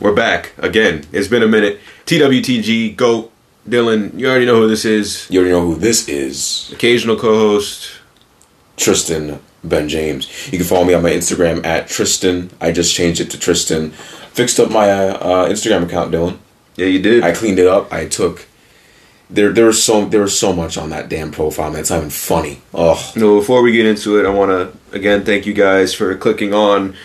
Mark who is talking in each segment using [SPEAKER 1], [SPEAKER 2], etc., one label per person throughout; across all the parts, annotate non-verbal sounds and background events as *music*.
[SPEAKER 1] We're back again. It's been a minute. TWTG, Goat, Dylan, you already know who this is.
[SPEAKER 2] You already know who this is
[SPEAKER 1] Occasional co host.
[SPEAKER 2] Tristan Ben James. You can follow me on my Instagram at Tristan. I just changed it to Tristan. Fixed up my uh, uh, Instagram account, Dylan.
[SPEAKER 1] Yeah, you did.
[SPEAKER 2] I cleaned it up. I took. There, there was so there was so much on that damn profile, man. It's not even funny. Oh,
[SPEAKER 1] No, before we get into it, I want to again thank you guys for clicking on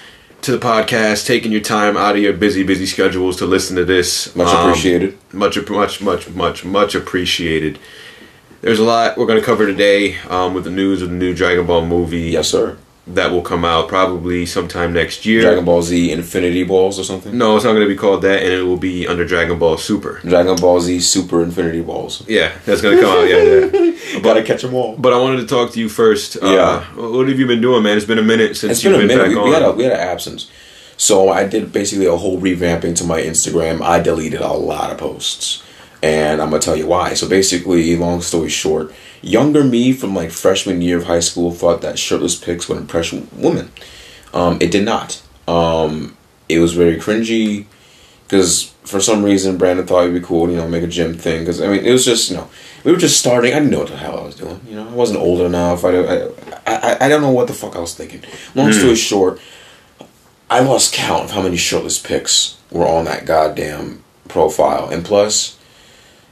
[SPEAKER 1] to the podcast, taking your time out of your busy, busy schedules to listen to this.
[SPEAKER 2] much
[SPEAKER 1] Um,
[SPEAKER 2] appreciated.
[SPEAKER 1] much, much, much, much, much appreciated. There's a lot we're going to cover today um, with the news of the new Dragon Ball movie
[SPEAKER 2] Yes, sir.
[SPEAKER 1] that will come out probably sometime next year.
[SPEAKER 2] Dragon Ball Z Infinity Balls or something.
[SPEAKER 1] no, it's not going to be called that, and it will be under Dragon Ball Super.
[SPEAKER 2] Dragon Ball Z Super Infinity Balls.
[SPEAKER 1] Yeah, that's going to come out. Yeah,
[SPEAKER 2] *laughs*
[SPEAKER 1] yeah.
[SPEAKER 2] Gotta catch them all.
[SPEAKER 1] But I wanted to talk to you first. Uh,
[SPEAKER 2] Yeah.
[SPEAKER 1] What have you been doing, man? It's been a minute since
[SPEAKER 2] It's
[SPEAKER 1] you've
[SPEAKER 2] been a minute.
[SPEAKER 1] back
[SPEAKER 2] We,
[SPEAKER 1] on.
[SPEAKER 2] we had a we had an absence, so I did basically a whole revamping to my Instagram. I deleted a lot of posts, and I'm gonna tell you why. So basically, long story short, younger me from like freshman year of high school thought that shirtless pics would impress women. Um, it did not. Um, it was very cringy because for some reason Brandon thought it'd be cool, you know, make a gym thing. Because I mean, it was just you know, we were just starting. I didn't know what the hell I was doing. You know, I wasn't old enough. I don't- I I, I don't know what the fuck I was thinking. Long
[SPEAKER 1] Hmm.
[SPEAKER 2] story short, I lost count of how many shirtless pics were on that goddamn profile, and plus.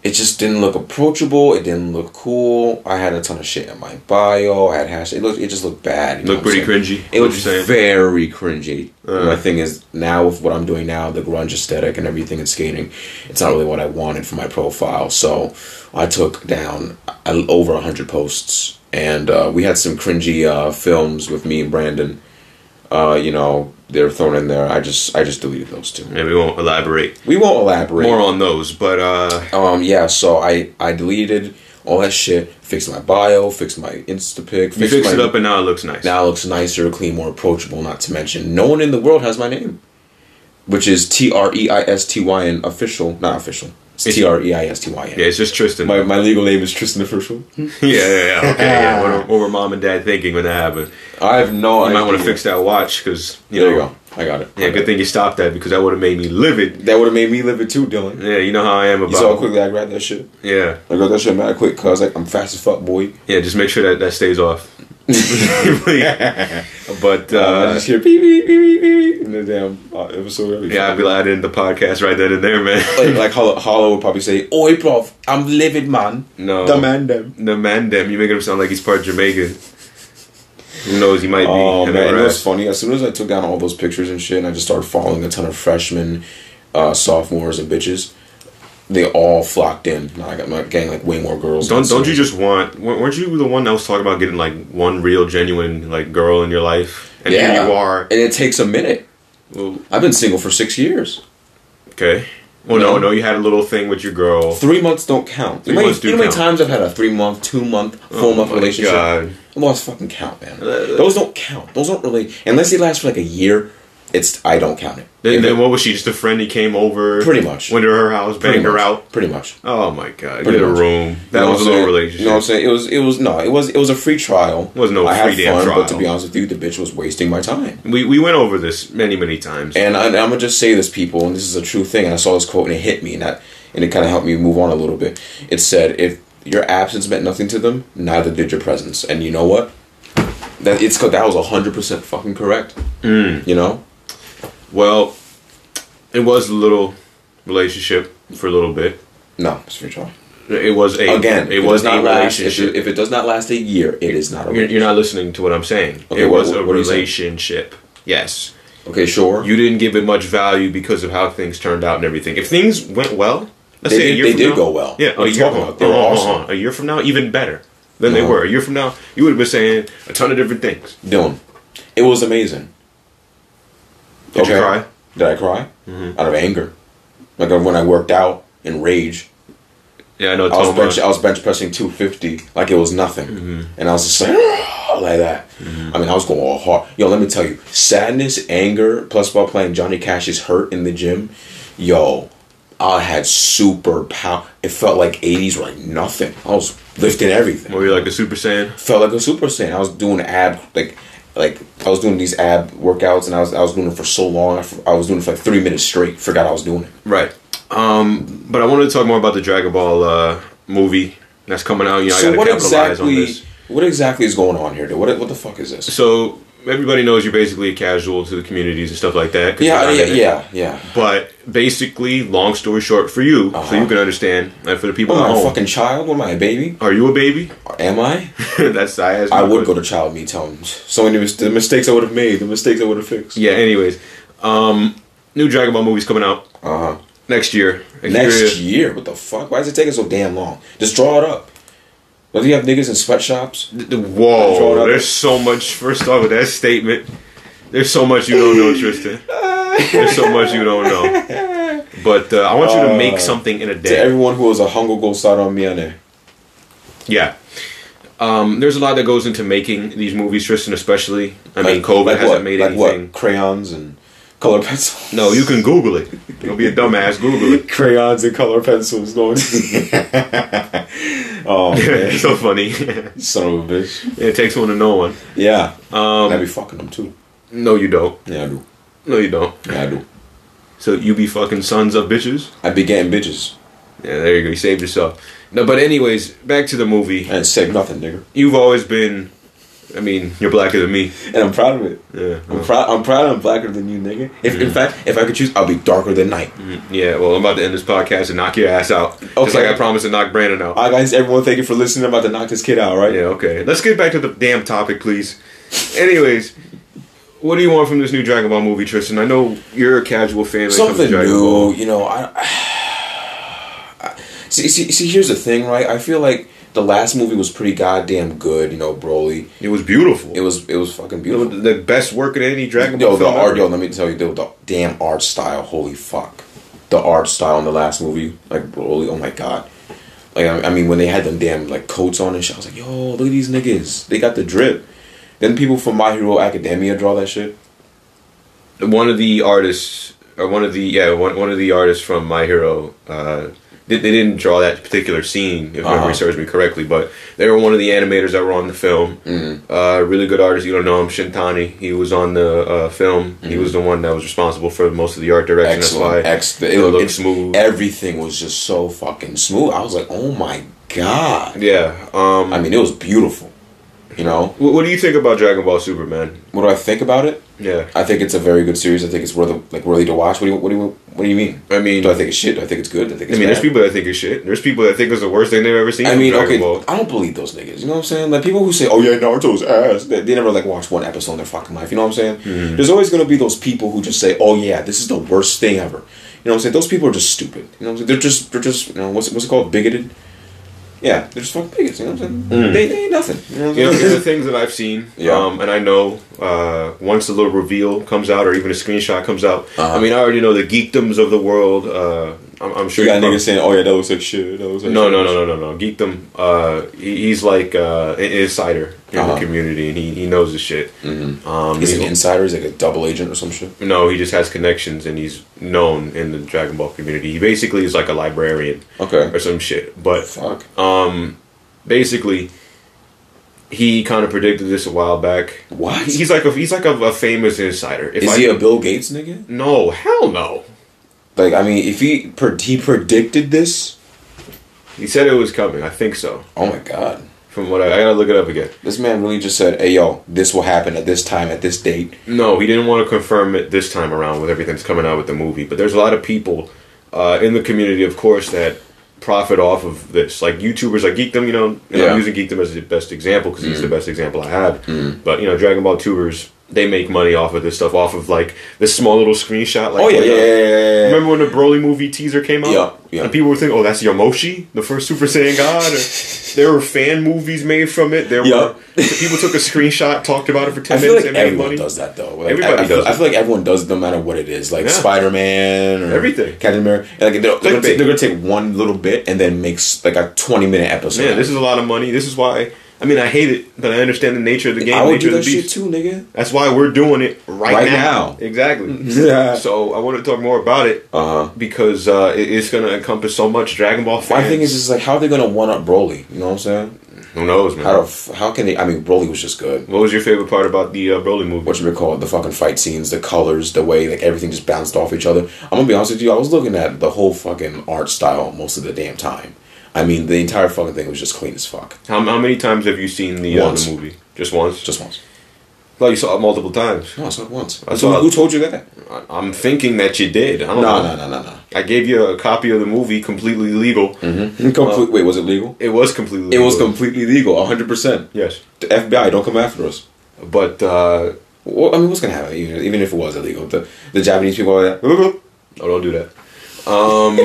[SPEAKER 2] It just didn't look approachable. It didn't look cool. I had a ton of shit in my bio. I had hash. It looked. It just looked bad. you know
[SPEAKER 1] Looked
[SPEAKER 2] what I'm
[SPEAKER 1] pretty
[SPEAKER 2] saying?
[SPEAKER 1] cringy.
[SPEAKER 2] It
[SPEAKER 1] what
[SPEAKER 2] was
[SPEAKER 1] you're saying.
[SPEAKER 2] very cringy.
[SPEAKER 1] Uh.
[SPEAKER 2] My thing is now with what I'm doing now, the grunge aesthetic and everything in skating, it's not really what I wanted for my profile. So I took down uh, over hundred posts, and uh, we had some cringy uh, films with me and Brandon. Uh, you know, they're thrown in there. I just I just deleted those two.
[SPEAKER 1] and we won't elaborate
[SPEAKER 2] We won't elaborate.
[SPEAKER 1] more on those, but uh,
[SPEAKER 2] Um, yeah. So I I deleted all that shit. Fixed my bio. Fixed my Insta pic.
[SPEAKER 1] you fixed it
[SPEAKER 2] my-
[SPEAKER 1] up and now it looks nice.
[SPEAKER 2] now it looks nicer, clean, more approachable, not to mention no one in the world has my name. Which is T R E I S T Y N official, not official. It's
[SPEAKER 1] It's-
[SPEAKER 2] T R E I S T Y N.
[SPEAKER 1] yeah, Hmm. it's just Tristan.
[SPEAKER 2] My, my legal name is Tristan Official.
[SPEAKER 1] *laughs* yeah, yeah, yeah. Okay,
[SPEAKER 2] *laughs*
[SPEAKER 1] yeah. What, what were mom and dad thinking when that happened?
[SPEAKER 2] I have no
[SPEAKER 1] You
[SPEAKER 2] idea.
[SPEAKER 1] might want to fix that watch because you
[SPEAKER 2] There you
[SPEAKER 1] know.
[SPEAKER 2] go. I got it.
[SPEAKER 1] Yeah, good thing you stopped that because that would have made me livid.
[SPEAKER 2] That would have made me live it too, Dylan.
[SPEAKER 1] Yeah, you know how I am about.
[SPEAKER 2] You saw how quickly I grabbed that shit.
[SPEAKER 1] Yeah,
[SPEAKER 2] I grabbed that shit mad quick because like, I'm fast as fuck, boy.
[SPEAKER 1] yeah. Just make sure that that stays
[SPEAKER 2] *laughs*
[SPEAKER 1] off. *laughs* but uh,
[SPEAKER 2] I just hear beep, beep, beep, beep, beep. And the damn uh, episode.
[SPEAKER 1] yeah, I'd be like, I did the podcast right then and there, man.
[SPEAKER 2] like, like Hollow, Hollow would probably say, Oi, prof, I'm livid, man.
[SPEAKER 1] *laughs* No.
[SPEAKER 2] The man, them.
[SPEAKER 1] the man, damn, you making him sound like he's part Jamaican. Who knows? He might be.
[SPEAKER 2] Oh
[SPEAKER 1] *laughs* And
[SPEAKER 2] man,
[SPEAKER 1] all
[SPEAKER 2] it was
[SPEAKER 1] that.
[SPEAKER 2] funny. As soon as I took down all those pictures and shit, and I just started following a ton of freshmen, uh, sophomores, and bitches. They all flocked in. And I got my gang like way more girls.
[SPEAKER 1] Don't don't you just want? wer- Weren't you the one that was talking about getting like one real genuine like girl in your life? And
[SPEAKER 2] Yeah,
[SPEAKER 1] here you are.
[SPEAKER 2] And it takes a minute.
[SPEAKER 1] Well,
[SPEAKER 2] I've been single for six years.
[SPEAKER 1] okay. Well, no,
[SPEAKER 2] No.
[SPEAKER 1] no, you had a little thing with your girl.
[SPEAKER 2] Three months don't count.
[SPEAKER 1] Three
[SPEAKER 2] you know how many-
[SPEAKER 1] months do
[SPEAKER 2] you know how
[SPEAKER 1] count. Oh
[SPEAKER 2] many times I've had a three month, two month, four month
[SPEAKER 1] my
[SPEAKER 2] relationship?
[SPEAKER 1] God.
[SPEAKER 2] I lost fucking count, man.
[SPEAKER 1] Uh,
[SPEAKER 2] Those don't count. Those don't really unless they last for like a year. It's I don't count it.
[SPEAKER 1] Then,
[SPEAKER 2] If
[SPEAKER 1] then
[SPEAKER 2] it-
[SPEAKER 1] what was she? Just a friend he came over,
[SPEAKER 2] Pretty much.
[SPEAKER 1] went to her house,
[SPEAKER 2] pretty
[SPEAKER 1] banged her
[SPEAKER 2] much,
[SPEAKER 1] out.
[SPEAKER 2] Pretty much.
[SPEAKER 1] Oh my god,
[SPEAKER 2] Pretty
[SPEAKER 1] get a
[SPEAKER 2] much.
[SPEAKER 1] room. That
[SPEAKER 2] You
[SPEAKER 1] was a
[SPEAKER 2] know what I'm
[SPEAKER 1] little
[SPEAKER 2] saying?
[SPEAKER 1] relationship.
[SPEAKER 2] You know what I'm saying? It was it was no, it was it was a free trial.
[SPEAKER 1] It was no
[SPEAKER 2] I
[SPEAKER 1] free damn
[SPEAKER 2] but to
[SPEAKER 1] trial.
[SPEAKER 2] be honest with you, the bitch was wasting my time.
[SPEAKER 1] we we went over this many many times.
[SPEAKER 2] And I, I'm gonna just say this, people, and this is a true thing. And I saw this quote and it hit me, and that and it kind of helped me move on a little bit. It said, "If your absence meant nothing to them, neither did your presence." And you know what? That it's co- that was hundred percent fucking correct.
[SPEAKER 1] Mm.
[SPEAKER 2] You know,
[SPEAKER 1] well, it was a little relationship for a little bit.
[SPEAKER 2] no, it's a free trial.
[SPEAKER 1] It was a
[SPEAKER 2] Again,
[SPEAKER 1] It was
[SPEAKER 2] does
[SPEAKER 1] not a
[SPEAKER 2] last, if,
[SPEAKER 1] relationship.
[SPEAKER 2] it, if it does not last a year, it is not a
[SPEAKER 1] You're,
[SPEAKER 2] relationship.
[SPEAKER 1] you're not listening to what I'm saying.
[SPEAKER 2] Okay,
[SPEAKER 1] it
[SPEAKER 2] what-
[SPEAKER 1] was a
[SPEAKER 2] what are you saying?
[SPEAKER 1] relationship. Yes.
[SPEAKER 2] Okay, sure.
[SPEAKER 1] You didn't give it much value because of how things turned out and everything. If things went well, let's
[SPEAKER 2] They
[SPEAKER 1] say a
[SPEAKER 2] did-
[SPEAKER 1] year
[SPEAKER 2] they
[SPEAKER 1] from
[SPEAKER 2] did
[SPEAKER 1] now,
[SPEAKER 2] go well.
[SPEAKER 1] Yeah,
[SPEAKER 2] What
[SPEAKER 1] a
[SPEAKER 2] are you
[SPEAKER 1] year,
[SPEAKER 2] talking
[SPEAKER 1] from,
[SPEAKER 2] about? They were
[SPEAKER 1] uh, uh,
[SPEAKER 2] awesome.
[SPEAKER 1] uh, a year from now, even better than they
[SPEAKER 2] Uh-huh.
[SPEAKER 1] were. A year from now, you would have been saying a ton of different things.
[SPEAKER 2] Dylan, it was amazing.
[SPEAKER 1] Did you cry? Mm-hmm.
[SPEAKER 2] Did I cry? Out of anger. Like uh, when I worked out in rage,
[SPEAKER 1] Yeah, I know.
[SPEAKER 2] I was
[SPEAKER 1] Toma-
[SPEAKER 2] bench, I was bench pressing 250 like it was nothing.
[SPEAKER 1] Mm-hmm.
[SPEAKER 2] And I was just like, "Ah," like that. I mean, I was going all hard. Yo, let me tell you, sadness, anger, plus while playing Johnny Cash's Hurt in the gym, yo, I had super power. It felt like 80s were like nothing. I was lifting everything
[SPEAKER 1] were you like a Super Saiyan?
[SPEAKER 2] felt like a super saiyan. I was doing ab like like I was doing these ab workouts and I was I was doing it for so long. I, f- I was doing it for like three minutes straight. Forgot I was doing it.
[SPEAKER 1] Right. Um, but I wanted to talk more about the Dragon Ball uh, movie that's coming out. You know, I
[SPEAKER 2] so
[SPEAKER 1] gotta
[SPEAKER 2] what
[SPEAKER 1] capitalize on
[SPEAKER 2] exactly?
[SPEAKER 1] this.
[SPEAKER 2] What exactly is going on here? dude? What what the fuck is this?
[SPEAKER 1] So everybody knows you're basically a casual to the communities and stuff like that. 'cause
[SPEAKER 2] Yeah,
[SPEAKER 1] you're not
[SPEAKER 2] yeah,
[SPEAKER 1] in it.
[SPEAKER 2] yeah, yeah.
[SPEAKER 1] But basically, long story short, for you, so
[SPEAKER 2] Uh-huh.
[SPEAKER 1] you can understand, and for the people
[SPEAKER 2] Am
[SPEAKER 1] at
[SPEAKER 2] I a
[SPEAKER 1] home,
[SPEAKER 2] fucking child? What am I, a baby?
[SPEAKER 1] are you a baby? *laughs*
[SPEAKER 2] Am I?
[SPEAKER 1] that's I. asked my
[SPEAKER 2] I would
[SPEAKER 1] question.
[SPEAKER 2] go to child me. Tell him so many mis- the mistakes I would have made, the mistakes I would have fixed.
[SPEAKER 1] Yeah. Anyways, um, new Dragon Ball movie's coming out
[SPEAKER 2] Uh huh.
[SPEAKER 1] next year.
[SPEAKER 2] Next year, what the fuck? Why is it taking so damn long? Just draw it up. Don't you have niggas in sweatshops?
[SPEAKER 1] Th-
[SPEAKER 2] Drawn
[SPEAKER 1] Whoa!
[SPEAKER 2] up.
[SPEAKER 1] There's so much. First off, with that statement, there's so much you don't know, Tristan. There's so much you don't know. But uh, I want you to make
[SPEAKER 2] Uh,
[SPEAKER 1] something in a
[SPEAKER 2] To
[SPEAKER 1] day.
[SPEAKER 2] everyone who was a hunger goal side on me on there.
[SPEAKER 1] Yeah. Um, there's a lot that goes into making these movies, Tristan, especially. I mean, COVID hasn't
[SPEAKER 2] what?
[SPEAKER 1] made
[SPEAKER 2] like
[SPEAKER 1] anything.
[SPEAKER 2] What? Crayons and color pencils.
[SPEAKER 1] No, you can Google it. Don't be a dumbass. Google it.
[SPEAKER 2] *laughs*
[SPEAKER 1] *laughs*
[SPEAKER 2] crayons and color pencils going. *laughs* oh man,
[SPEAKER 1] it's so funny. *laughs* it
[SPEAKER 2] son of a bitch.
[SPEAKER 1] takes one to know one.
[SPEAKER 2] Yeah, um, I be fucking them too.
[SPEAKER 1] No, you don't.
[SPEAKER 2] Yeah, I do.
[SPEAKER 1] No, you don't.
[SPEAKER 2] Yeah, I do.
[SPEAKER 1] So you be fucking sons of bitches.
[SPEAKER 2] I be getting bitches.
[SPEAKER 1] Yeah, there you go. You saved yourself. No, but anyways, back to the movie.
[SPEAKER 2] I didn't save nothing, nigga,
[SPEAKER 1] You've always been. I mean, you're blacker than me.
[SPEAKER 2] and I'm proud of it.
[SPEAKER 1] Yeah.
[SPEAKER 2] I'm
[SPEAKER 1] well,
[SPEAKER 2] proud. I'm proud. I'm blacker than you, nigga. If in fact, if I could choose, I'll be darker than night.
[SPEAKER 1] Mm. yeah. Well, I'm about to end this podcast and knock your ass out. Just
[SPEAKER 2] Okay.
[SPEAKER 1] like I promised to knock Brandon out.
[SPEAKER 2] All right, guys, everyone, thank you for listening. I'm about to knock this kid out, right?
[SPEAKER 1] yeah. Okay. Let's get back to the damn topic, please. Anyways. What do you want from this new Dragon Ball movie, Tristan? I know you're a casual fan. when it comes to
[SPEAKER 2] Something
[SPEAKER 1] Dragon
[SPEAKER 2] new,
[SPEAKER 1] Ball.
[SPEAKER 2] you know. I, *sighs* I- see, see, see. Here's the thing, right? I feel like the last movie was pretty goddamn good, you know, Broly.
[SPEAKER 1] It was beautiful.
[SPEAKER 2] It was it was fucking
[SPEAKER 1] It
[SPEAKER 2] beautiful.
[SPEAKER 1] was the best work in any Dragon Ball
[SPEAKER 2] Yo, the
[SPEAKER 1] film.
[SPEAKER 2] art,
[SPEAKER 1] ever.
[SPEAKER 2] yo, let me tell you, dude, the damn art style, holy fuck. The art style in the last movie, like, holy, oh my god. Like, I, I mean, when they had them damn, like, coats on and shit, I was like, yo, look at these niggas. They got the drip. Then people from My Hero Academia draw that shit.
[SPEAKER 1] One of the artists, or one of the yeah, one, one of the artists from My Hero. Uh, they, they didn't draw that particular scene, if
[SPEAKER 2] Uh-huh.
[SPEAKER 1] memory serves me correctly, but they were one of the animators that were on the film.
[SPEAKER 2] Mm-hmm.
[SPEAKER 1] Uh, really good artist. You don't know him, Shintani. He was on the uh, film. He was the one that was responsible for most of the art direction.
[SPEAKER 2] Mm-hmm. Excellent.
[SPEAKER 1] That's why
[SPEAKER 2] Ex- it,
[SPEAKER 1] it
[SPEAKER 2] looked
[SPEAKER 1] looked smooth.
[SPEAKER 2] Everything was just so fucking smooth. I was like, oh my god.
[SPEAKER 1] yeah. Um,
[SPEAKER 2] I mean, it was beautiful. You know?
[SPEAKER 1] wh- what, do you think about Dragon Ball Superman?
[SPEAKER 2] What do I think about it?
[SPEAKER 1] Yeah.
[SPEAKER 2] I think it's a very good series. I think it's worth like worthy to watch. What do you what do you what do you mean?
[SPEAKER 1] I mean,
[SPEAKER 2] Do I think it's shit? Do I think it's good? Do I think
[SPEAKER 1] I
[SPEAKER 2] it's
[SPEAKER 1] mean,
[SPEAKER 2] bad?
[SPEAKER 1] there's people that think it's shit. There's people that think it's the worst thing they've ever seen.
[SPEAKER 2] I
[SPEAKER 1] from
[SPEAKER 2] mean,
[SPEAKER 1] Dragon
[SPEAKER 2] okay,
[SPEAKER 1] Ball.
[SPEAKER 2] I don't believe those niggas. You know what I'm saying? Like people who say, "Oh yeah, Naruto's ass," they, they never like watch one episode in their fucking life. You know what I'm saying?
[SPEAKER 1] Hmm.
[SPEAKER 2] There's always gonna be those people who just say, "Oh yeah, this is the worst thing ever." You know what I'm saying? Those people are just stupid. You know what I'm saying? They're just they're just you know what's what's it called? Bigoted. Yeah, they're just fucking bigots. You know what I'm
[SPEAKER 1] Hmm.
[SPEAKER 2] saying? They, they ain't nothing. You know what
[SPEAKER 1] You know,
[SPEAKER 2] I'm
[SPEAKER 1] these are *laughs*
[SPEAKER 2] saying?
[SPEAKER 1] things that I've seen,
[SPEAKER 2] Yeah.
[SPEAKER 1] um, and I know uh, once the little reveal comes out, or even a screenshot comes out.
[SPEAKER 2] Uh-huh.
[SPEAKER 1] I mean, I already know the geekdoms of the world. Uh, I'm, I'm sure.
[SPEAKER 2] you got
[SPEAKER 1] you know-
[SPEAKER 2] niggas saying, "Oh yeah, that looks like shit." That looks like
[SPEAKER 1] no,
[SPEAKER 2] shit.
[SPEAKER 1] no, no, no, no, no. Geekdom. Uh, he, he's like uh, an insider in
[SPEAKER 2] Uh-huh. Mm-hmm.
[SPEAKER 1] the community, and he, he knows his shit. Um,
[SPEAKER 2] He's an
[SPEAKER 1] he-
[SPEAKER 2] insider. He's like a double agent or some shit.
[SPEAKER 1] no, he just has connections, and he's known in the Dragon Ball community. He basically is like a librarian
[SPEAKER 2] Okay.
[SPEAKER 1] or some shit. But
[SPEAKER 2] Fuck.
[SPEAKER 1] Um, basically he kind of predicted this a while back.
[SPEAKER 2] What?
[SPEAKER 1] *laughs* He's like a he's like a, a famous insider. If
[SPEAKER 2] Is
[SPEAKER 1] I-
[SPEAKER 2] he a Bill Gates nigga?
[SPEAKER 1] no? Hell no.
[SPEAKER 2] Like I mean, if he pre- he predicted this,
[SPEAKER 1] He said it was coming. I think so.
[SPEAKER 2] oh my god.
[SPEAKER 1] From what I, I gotta look it up again.
[SPEAKER 2] This man really just said, "Hey, yo, this will happen at this time at this date."
[SPEAKER 1] No, he didn't want to confirm it this time around with everything that's coming out with the movie. But there's a lot of people uh, in the community, of course, that profit off of this. Like YouTubers, like Geekdom, you know, and
[SPEAKER 2] Yeah. Mm.
[SPEAKER 1] I'm using Geekdom as the best example because he's the best example I have. But you know, Dragon Ball tubers, they make money off of this stuff, off of like this small little screenshot. Like,
[SPEAKER 2] Oh yeah,
[SPEAKER 1] when,
[SPEAKER 2] yeah,
[SPEAKER 1] uh,
[SPEAKER 2] yeah, yeah, yeah, yeah.
[SPEAKER 1] Remember when the Broly movie teaser came out?
[SPEAKER 2] Yeah, yeah.
[SPEAKER 1] And people were thinking, oh, that's Yamoshi, the first Super Saiyan God.
[SPEAKER 2] *laughs*
[SPEAKER 1] Or, there were fan movies made from it. There
[SPEAKER 2] Yeah.
[SPEAKER 1] were people took a screenshot, talked about it for ten
[SPEAKER 2] I feel
[SPEAKER 1] minutes,
[SPEAKER 2] like
[SPEAKER 1] and made
[SPEAKER 2] everyone
[SPEAKER 1] money.
[SPEAKER 2] does that though. Like,
[SPEAKER 1] Everybody
[SPEAKER 2] I, I feel,
[SPEAKER 1] does
[SPEAKER 2] I feel like everyone does, it no matter what it is, like
[SPEAKER 1] Yeah.
[SPEAKER 2] Spider Man or
[SPEAKER 1] Everything.
[SPEAKER 2] Captain America. Like they're, they're, gonna
[SPEAKER 1] Clickbait.
[SPEAKER 2] take, they're gonna take one little bit and then make s- like a twenty minute episode.
[SPEAKER 1] Man, this is a lot of money. This is why. I mean, I hate it, but I understand the nature of the game,
[SPEAKER 2] I would
[SPEAKER 1] nature
[SPEAKER 2] do
[SPEAKER 1] of the
[SPEAKER 2] that
[SPEAKER 1] beast.
[SPEAKER 2] shit too, nigga.
[SPEAKER 1] That's why we're doing it right,
[SPEAKER 2] Right now.
[SPEAKER 1] Exactly.
[SPEAKER 2] *laughs* Yeah.
[SPEAKER 1] So I want to talk more about it
[SPEAKER 2] Uh huh.
[SPEAKER 1] because uh, it- it's going to encompass so much Dragon Ball fans.
[SPEAKER 2] My thing is just like, how are they gonna one up Broly? You know what I'm saying?
[SPEAKER 1] Who knows, man?
[SPEAKER 2] How do, f- how can they? I mean, Broly was just good.
[SPEAKER 1] what was your favorite part about the uh, Broly movie?
[SPEAKER 2] What you call it? The fucking fight scenes, the colors, the way like everything just bounced off each other. I'm gonna be honest with you. I was looking at the whole fucking art style most of the damn time. I mean, the entire fucking thing was just clean as fuck.
[SPEAKER 1] How, how many times have you seen the, uh,
[SPEAKER 2] Once.
[SPEAKER 1] the movie? Just once?
[SPEAKER 2] Just once.
[SPEAKER 1] no, you saw it multiple times.
[SPEAKER 2] No, I saw it once.
[SPEAKER 1] I
[SPEAKER 2] Who-
[SPEAKER 1] saw it-
[SPEAKER 2] who told you that?
[SPEAKER 1] I, I'm thinking that you did. I don't
[SPEAKER 2] No,
[SPEAKER 1] know.
[SPEAKER 2] no, no, no, no.
[SPEAKER 1] I gave you a copy of the movie, completely legal.
[SPEAKER 2] Complete, wait, was it legal?
[SPEAKER 1] It was completely
[SPEAKER 2] Mm-hmm. It
[SPEAKER 1] legal.
[SPEAKER 2] was completely legal, 100%.
[SPEAKER 1] Yes.
[SPEAKER 2] The FBI, don't come after us.
[SPEAKER 1] But, uh, *laughs*
[SPEAKER 2] Well, I mean, what's going to happen, even, even if it was illegal? The, the Japanese people are like,
[SPEAKER 1] Oh, don't do that.
[SPEAKER 2] *laughs*
[SPEAKER 1] Um,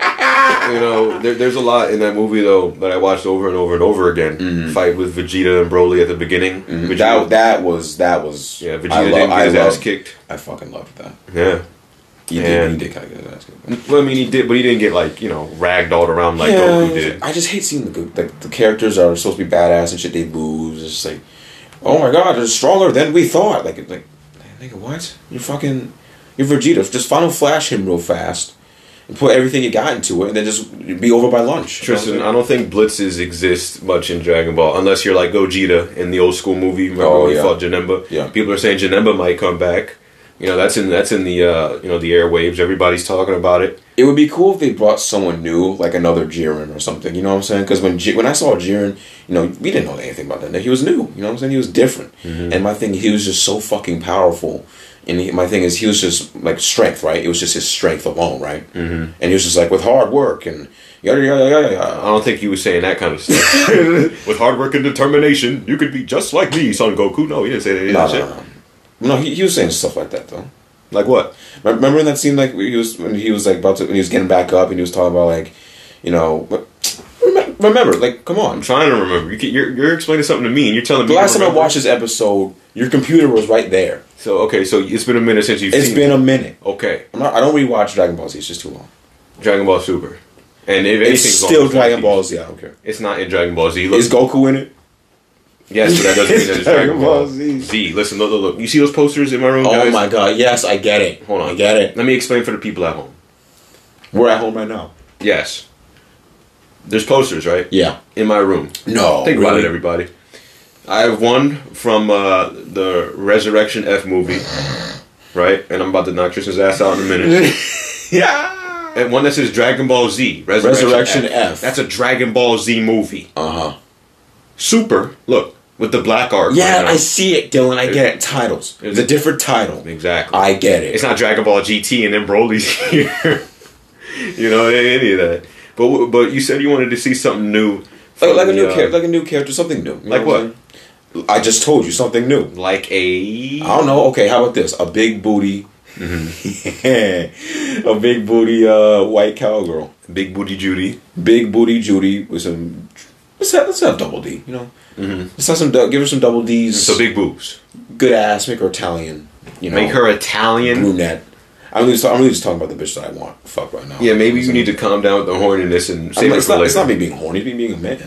[SPEAKER 1] you know, there, there's a lot in that movie though that I watched over and over and over again. Fight with Vegeta and Broly at the beginning. Vegeta,
[SPEAKER 2] Mm. Mm-hmm. that, that was, that was,
[SPEAKER 1] yeah, Vegeta
[SPEAKER 2] I lo-
[SPEAKER 1] didn't get
[SPEAKER 2] I
[SPEAKER 1] his ass
[SPEAKER 2] loved-
[SPEAKER 1] kicked.
[SPEAKER 2] I fucking loved that.
[SPEAKER 1] Yeah,
[SPEAKER 2] He did, he
[SPEAKER 1] And-
[SPEAKER 2] did kind of get his ass kicked.
[SPEAKER 1] well, I mean, he did, but he didn't get like you know ragdolled around like Goku did.
[SPEAKER 2] I just hate seeing the good, like, the characters are supposed to be badass and shit, they lose. It's just like, oh my god, they're stronger than we thought. Like, it's like, nigga, what? You're fucking, you're Vegeta. Just final flash him real fast and put everything you got into it and then just be over by lunch.
[SPEAKER 1] Tristan, I don't think blitzes exist much in Dragon Ball unless you're like Gogeta in the old school movie. Remember
[SPEAKER 2] Oh,
[SPEAKER 1] when he
[SPEAKER 2] yeah.
[SPEAKER 1] fought Janemba?
[SPEAKER 2] Yeah.
[SPEAKER 1] People are saying Janemba might come back. You know, that's in that's in the uh, you know the airwaves. Everybody's talking about it.
[SPEAKER 2] It would be cool if they brought someone new, like another Jiren or something. You know what I'm saying? Because when J- when I saw Jiren, you know, we didn't know anything about that. nigga. He was new. You know what I'm saying? He was different. And my thing, he was just so fucking powerful. And he, my thing is, he was just like strength, right? It was just his strength alone, right? Mm-hmm. And he was just like with hard work and yada yada yada yada.
[SPEAKER 1] I don't think he was saying that kind of
[SPEAKER 2] *laughs*
[SPEAKER 1] stuff. With hard work and determination, you could be just like me, Son Goku. No, he didn't say that, he
[SPEAKER 2] No,
[SPEAKER 1] didn't
[SPEAKER 2] no,
[SPEAKER 1] say-
[SPEAKER 2] no, Um, no. No, he, he was saying stuff like that though.
[SPEAKER 1] Like what?
[SPEAKER 2] Re- Remember in that scene, like when he was when he was like about to when he was getting back up and he was talking about like, you know, remember, remember like come on,
[SPEAKER 1] I'm trying to remember. You can, you're, you're explaining something to me, and you're telling
[SPEAKER 2] The
[SPEAKER 1] me. you
[SPEAKER 2] last time I
[SPEAKER 1] remember.
[SPEAKER 2] watched this episode, your computer was right there.
[SPEAKER 1] So okay, so it's been a minute since you've
[SPEAKER 2] It's
[SPEAKER 1] seen.
[SPEAKER 2] been
[SPEAKER 1] it.
[SPEAKER 2] a minute.
[SPEAKER 1] okay.
[SPEAKER 2] I'm not, I don't rewatch Dragon Ball Z. It's just too long.
[SPEAKER 1] Dragon Ball Super, and if
[SPEAKER 2] It's
[SPEAKER 1] anything's on,
[SPEAKER 2] still
[SPEAKER 1] it's
[SPEAKER 2] Dragon
[SPEAKER 1] on
[SPEAKER 2] Ball Z. I don't care.
[SPEAKER 1] It's not in Dragon Ball Z. Look,
[SPEAKER 2] Is Goku in it?
[SPEAKER 1] yes, but that doesn't mean that it's Dragon Ball Z.
[SPEAKER 2] Z.
[SPEAKER 1] Listen, look, look, look. You see those posters in my room?
[SPEAKER 2] Oh
[SPEAKER 1] guys?
[SPEAKER 2] my god! Yes, I get it.
[SPEAKER 1] Hold on,
[SPEAKER 2] I get it.
[SPEAKER 1] Let me explain for the people at home.
[SPEAKER 2] We're at home right now.
[SPEAKER 1] Yes, there's posters, right?
[SPEAKER 2] Yeah.
[SPEAKER 1] In my room.
[SPEAKER 2] No.
[SPEAKER 1] Think about
[SPEAKER 2] really?
[SPEAKER 1] it, everybody. I have one from uh, the Resurrection F movie, right? And I'm about to knock Tristan's ass out in a minute.
[SPEAKER 2] yeah.
[SPEAKER 1] and one that says Dragon Ball Z, Resurrection,
[SPEAKER 2] Resurrection F.
[SPEAKER 1] That's a Dragon Ball Z movie.
[SPEAKER 2] Uh huh.
[SPEAKER 1] Super. Look with the black arc.
[SPEAKER 2] Yeah,
[SPEAKER 1] right now.
[SPEAKER 2] I see it, Dylan. I get it. Titles. It's a different title.
[SPEAKER 1] exactly.
[SPEAKER 2] I get it.
[SPEAKER 1] it's not Dragon Ball GT and then Broly's *laughs* here. you know any of that. But but you said you wanted to see something new.
[SPEAKER 2] like,
[SPEAKER 1] from
[SPEAKER 2] Oh, like a
[SPEAKER 1] the,
[SPEAKER 2] new
[SPEAKER 1] uh,
[SPEAKER 2] character. Like a new character. Something new. You know
[SPEAKER 1] Like
[SPEAKER 2] I'm saying? I just told you something new.
[SPEAKER 1] um, like a.
[SPEAKER 2] I don't know. Okay, how about this? A big booty, *laughs* a big booty uh, white cowgirl,
[SPEAKER 1] Big Booty Judy.
[SPEAKER 2] big booty Judy with some. Let's have, let's have double D. You know, mm-hmm. let's have some. dou- Give her some double D's.
[SPEAKER 1] So big boobs.
[SPEAKER 2] good ass. Make her Italian. You know,
[SPEAKER 1] Make her Italian.
[SPEAKER 2] brunette. I'm really, just, I'm really just talking about the bitch that I want. to Fuck right now.
[SPEAKER 1] Yeah, maybe you need to calm down with the horniness and
[SPEAKER 2] I'm
[SPEAKER 1] save
[SPEAKER 2] like,
[SPEAKER 1] it
[SPEAKER 2] it's,
[SPEAKER 1] for
[SPEAKER 2] not, it's not
[SPEAKER 1] later.
[SPEAKER 2] me being horny. It's me being a man.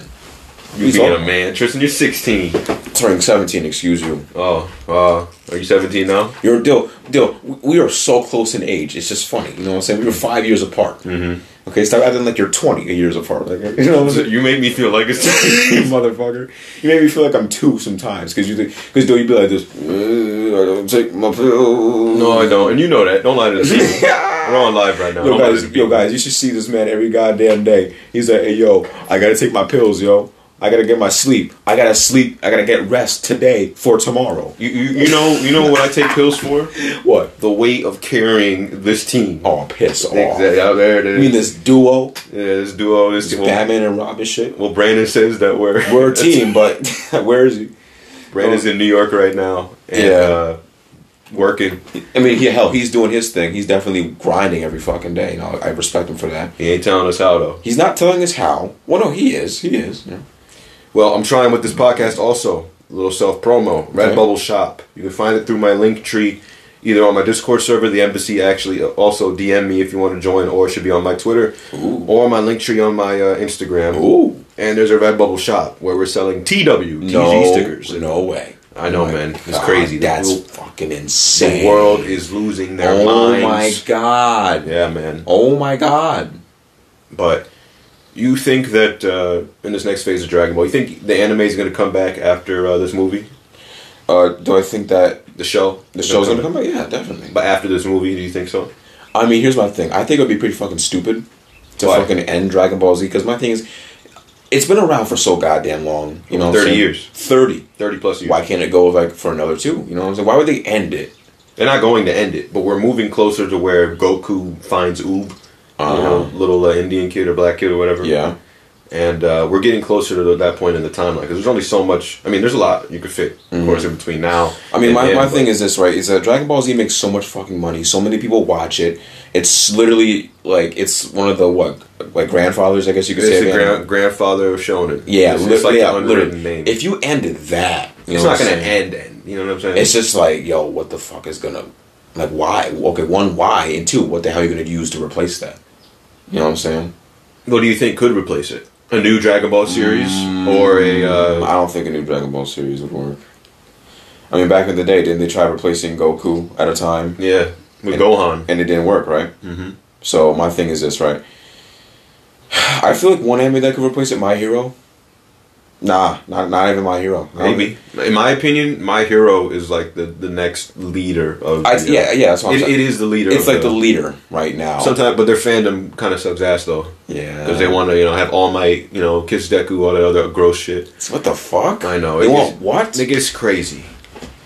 [SPEAKER 1] You being a man, Tristan. You're 16.
[SPEAKER 2] Turning seventeen. Excuse you.
[SPEAKER 1] Oh, uh, are you 17 now? *laughs*
[SPEAKER 2] You're Dill, Dill, we- we are so close in age. It's just funny. You know what I'm saying? We were five years apart. Mm-hmm. Okay, stop acting like you're 20 years apart. Like, *laughs* you know what I'm saying?
[SPEAKER 1] You make me feel like a 16.
[SPEAKER 2] You motherfucker. You make me feel like I'm two sometimes because you think, because Dill, you'd be like this, "Uh, I don't take my
[SPEAKER 1] *laughs*
[SPEAKER 2] pills.
[SPEAKER 1] No, I don't. And you know that. Don't lie
[SPEAKER 2] *laughs*
[SPEAKER 1] to the people. We're on live right now.
[SPEAKER 2] Yo
[SPEAKER 1] Don't lie to
[SPEAKER 2] guys,
[SPEAKER 1] the
[SPEAKER 2] yo
[SPEAKER 1] people.
[SPEAKER 2] guys, you should see this man every goddamn day. He's like, hey yo, I gotta take my pills, yo. I gotta get my sleep. I gotta sleep. I gotta get rest today for tomorrow.
[SPEAKER 1] You, you, you know you know what I take pills for?
[SPEAKER 2] What?
[SPEAKER 1] The weight of carrying this team.
[SPEAKER 2] Oh, piss off.
[SPEAKER 1] Exactly. Oh, there it is.
[SPEAKER 2] You mean this duo?
[SPEAKER 1] yeah, this duo, this team. Well,
[SPEAKER 2] Batman and Robin shit?
[SPEAKER 1] well, Brandon says that we're
[SPEAKER 2] We're a team, but *laughs* where is he?
[SPEAKER 1] *laughs* Brandon's in New York right now. And,
[SPEAKER 2] Yeah.
[SPEAKER 1] Uh, working.
[SPEAKER 2] I mean, he, hell, he's doing his thing. He's definitely grinding every fucking day. You know, I respect him for that.
[SPEAKER 1] He ain't telling us how though.
[SPEAKER 2] He's not telling us how. Well, no, he is. He is. Yeah.
[SPEAKER 1] Well, I'm trying with this podcast also. A little self promo. Redbubble shop. You can find it through my link tree, either on my Discord server, the embassy actually. uh, Also, DM me if you want to join, or it should be on my Twitter, or my link tree on my uh, Instagram.
[SPEAKER 2] Ooh.
[SPEAKER 1] And there's a Redbubble shop where we're selling TW TG
[SPEAKER 2] No,
[SPEAKER 1] stickers.
[SPEAKER 2] no way.
[SPEAKER 1] I know,
[SPEAKER 2] My
[SPEAKER 1] man. It's
[SPEAKER 2] God,
[SPEAKER 1] crazy. The
[SPEAKER 2] That's
[SPEAKER 1] world-
[SPEAKER 2] fucking
[SPEAKER 1] The
[SPEAKER 2] insane.
[SPEAKER 1] world is losing their
[SPEAKER 2] Oh my
[SPEAKER 1] minds.
[SPEAKER 2] god.
[SPEAKER 1] Yeah, man.
[SPEAKER 2] Oh my god.
[SPEAKER 1] But You think that uh, in this next phase of Dragon Ball, you think the anime is going to come back after uh, this movie,
[SPEAKER 2] Uh, do I think that
[SPEAKER 1] the show,
[SPEAKER 2] the show's gonna come back? Yeah, definitely.
[SPEAKER 1] But after this movie, do you think so?
[SPEAKER 2] I mean, here's my thing. I think it would be pretty fucking stupid to
[SPEAKER 1] Why?
[SPEAKER 2] fucking end Dragon Ball Z because my thing is, it's been around for so goddamn long. You know, what I'm
[SPEAKER 1] 30
[SPEAKER 2] saying?
[SPEAKER 1] years.
[SPEAKER 2] Thirty.
[SPEAKER 1] Thirty plus years.
[SPEAKER 2] Why can't it go like for another two? You know what I'm saying? Why would they end it?
[SPEAKER 1] They're not going to end it, but we're moving closer to where Goku finds Oob, you know,
[SPEAKER 2] Uh,
[SPEAKER 1] little uh, Indian kid or black kid or whatever.
[SPEAKER 2] yeah.
[SPEAKER 1] and uh, we're getting closer to that point in the timeline because there's only so much. I mean, there's a lot you could fit, of course, in between now.
[SPEAKER 2] Mm-hmm. I mean,
[SPEAKER 1] and
[SPEAKER 2] my,
[SPEAKER 1] then,
[SPEAKER 2] my
[SPEAKER 1] but
[SPEAKER 2] thing is this, right? Is that Dragon Ball Z makes so much fucking money. So many people watch it. It's literally like it's one of the what like grandfathers, I guess you could
[SPEAKER 1] It's
[SPEAKER 2] say.
[SPEAKER 1] the
[SPEAKER 2] of anime.
[SPEAKER 1] gran- grandfather of Shonen.
[SPEAKER 2] yeah,
[SPEAKER 1] it's,
[SPEAKER 2] literally.
[SPEAKER 1] it's like
[SPEAKER 2] yeah,
[SPEAKER 1] the
[SPEAKER 2] literally.
[SPEAKER 1] unwritten name.
[SPEAKER 2] If you ended that, you
[SPEAKER 1] it's
[SPEAKER 2] know
[SPEAKER 1] not
[SPEAKER 2] what I'm
[SPEAKER 1] going to
[SPEAKER 2] saying?
[SPEAKER 1] end, end. You know what I'm saying?
[SPEAKER 2] It's just like, yo, what the fuck is gonna, like, why? Okay, one, why, and two, what the hell are you gonna use to replace that? You know what I'm saying?
[SPEAKER 1] what do you think could replace it? A new Dragon Ball series
[SPEAKER 2] Mm.
[SPEAKER 1] or a uh,
[SPEAKER 2] I don't think a new Dragon Ball series would work. I mean, back in the day, didn't they try replacing Goku at a time?
[SPEAKER 1] yeah with
[SPEAKER 2] And-
[SPEAKER 1] Gohan?
[SPEAKER 2] and it didn't work, right? Mm-hmm. So my thing is this, right? *sighs* I feel like one anime that could replace it, My Hero. Nah, not not even My Hero. I don't-
[SPEAKER 1] Maybe. In my opinion, my hero is like the, the next leader of.
[SPEAKER 2] I,
[SPEAKER 1] the, uh,
[SPEAKER 2] yeah, yeah. That's what I'm
[SPEAKER 1] It,
[SPEAKER 2] saying.
[SPEAKER 1] it is the leader.
[SPEAKER 2] it's
[SPEAKER 1] of
[SPEAKER 2] like the leader Uh. right now.
[SPEAKER 1] Sometimes, but their fandom kind of sucks ass though,
[SPEAKER 2] yeah,
[SPEAKER 1] because they want to, you know, have all my, you know, kiss Deku, all that other gross shit.
[SPEAKER 2] what the fuck?
[SPEAKER 1] I know.
[SPEAKER 2] They
[SPEAKER 1] It
[SPEAKER 2] want
[SPEAKER 1] gets-
[SPEAKER 2] what?
[SPEAKER 1] It gets crazy.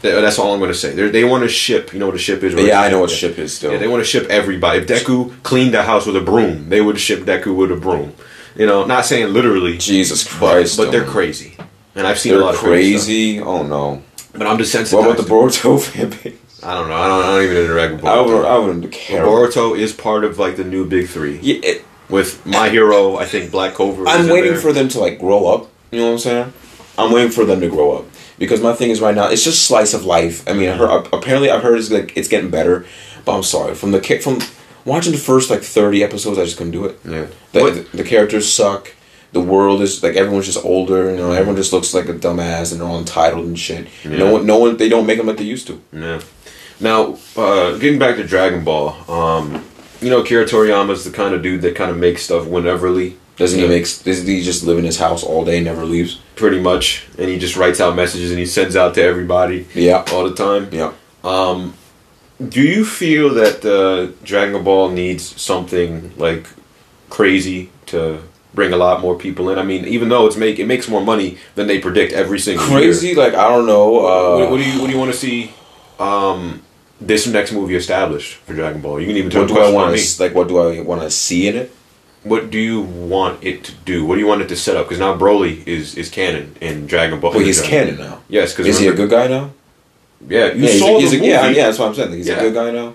[SPEAKER 1] Th- That's all I'm going to say. They're, they want to ship. You know what a ship is, right?
[SPEAKER 2] yeah, I know what ship is still.
[SPEAKER 1] Yeah, they want to ship everybody. If Deku cleaned the house with a broom, they would ship Deku with a broom. You know, not saying literally,
[SPEAKER 2] Jesus
[SPEAKER 1] but,
[SPEAKER 2] Christ!
[SPEAKER 1] but they're
[SPEAKER 2] um,
[SPEAKER 1] crazy. And I've seen a
[SPEAKER 2] They're
[SPEAKER 1] lot of crazy.
[SPEAKER 2] crazy. Oh no!
[SPEAKER 1] stuff. But I'm just sensitized.
[SPEAKER 2] What about the Boruto *laughs* fan base?
[SPEAKER 1] to- I don't know. I don't, I don't even interact with
[SPEAKER 2] I would.
[SPEAKER 1] Boruto.
[SPEAKER 2] I wouldn't care.
[SPEAKER 1] Boruto is part of like the new big three
[SPEAKER 2] Yeah, it-
[SPEAKER 1] with my hero. I think Black Cobra. is
[SPEAKER 2] I'm
[SPEAKER 1] in
[SPEAKER 2] waiting
[SPEAKER 1] there.
[SPEAKER 2] for them to like grow up. You know what I'm saying? I'm waiting for them to grow up because my thing is right now it's just slice of life. I mean, I heard, apparently I've heard it's like it's getting better, but I'm sorry from the kick from watching the first like 30 episodes, I just couldn't do it.
[SPEAKER 1] Yeah.
[SPEAKER 2] The,
[SPEAKER 1] What-
[SPEAKER 2] the, the characters suck. The world is like everyone's just older. You know, everyone just looks like a dumbass and they're all entitled and shit.
[SPEAKER 1] Yeah.
[SPEAKER 2] No one, no one. They don't make them like they used to.
[SPEAKER 1] Yeah. Now, uh, getting back to Dragon Ball, um, you know, Kira Toriyama's the kind of dude that kind of makes stuff wheneverly.
[SPEAKER 2] Doesn't
[SPEAKER 1] Yeah.
[SPEAKER 2] he make? Doesn't he just live in his house all day, and never leaves?
[SPEAKER 1] Pretty much. And he just writes out messages and he sends out to everybody
[SPEAKER 2] Yeah.
[SPEAKER 1] all the time.
[SPEAKER 2] Yeah.
[SPEAKER 1] Do you feel that uh, Dragon Ball needs something like crazy to bring a lot more people in? I mean, even though it's make it makes more money than they predict every single year.
[SPEAKER 2] Crazy. Like I don't know. Uh,
[SPEAKER 1] what, what do you what do you want to see? Um, this next movie established for Dragon Ball. You can even turn
[SPEAKER 2] what
[SPEAKER 1] the
[SPEAKER 2] do I
[SPEAKER 1] question on
[SPEAKER 2] want
[SPEAKER 1] me.
[SPEAKER 2] to like? What do I want to see in it?
[SPEAKER 1] what do you want it to do? What do you want it to set up? Because now Broly is is canon in Dragon Ball.
[SPEAKER 2] Well, he's
[SPEAKER 1] Dragon-
[SPEAKER 2] canon now.
[SPEAKER 1] Yes, because
[SPEAKER 2] Is he a good guy now?
[SPEAKER 1] Yeah, you
[SPEAKER 2] yeah, he's-
[SPEAKER 1] saw
[SPEAKER 2] he's,
[SPEAKER 1] the
[SPEAKER 2] a, yeah,
[SPEAKER 1] movie.
[SPEAKER 2] yeah. That's what I'm saying. Like, he's
[SPEAKER 1] Yeah.
[SPEAKER 2] a good guy now.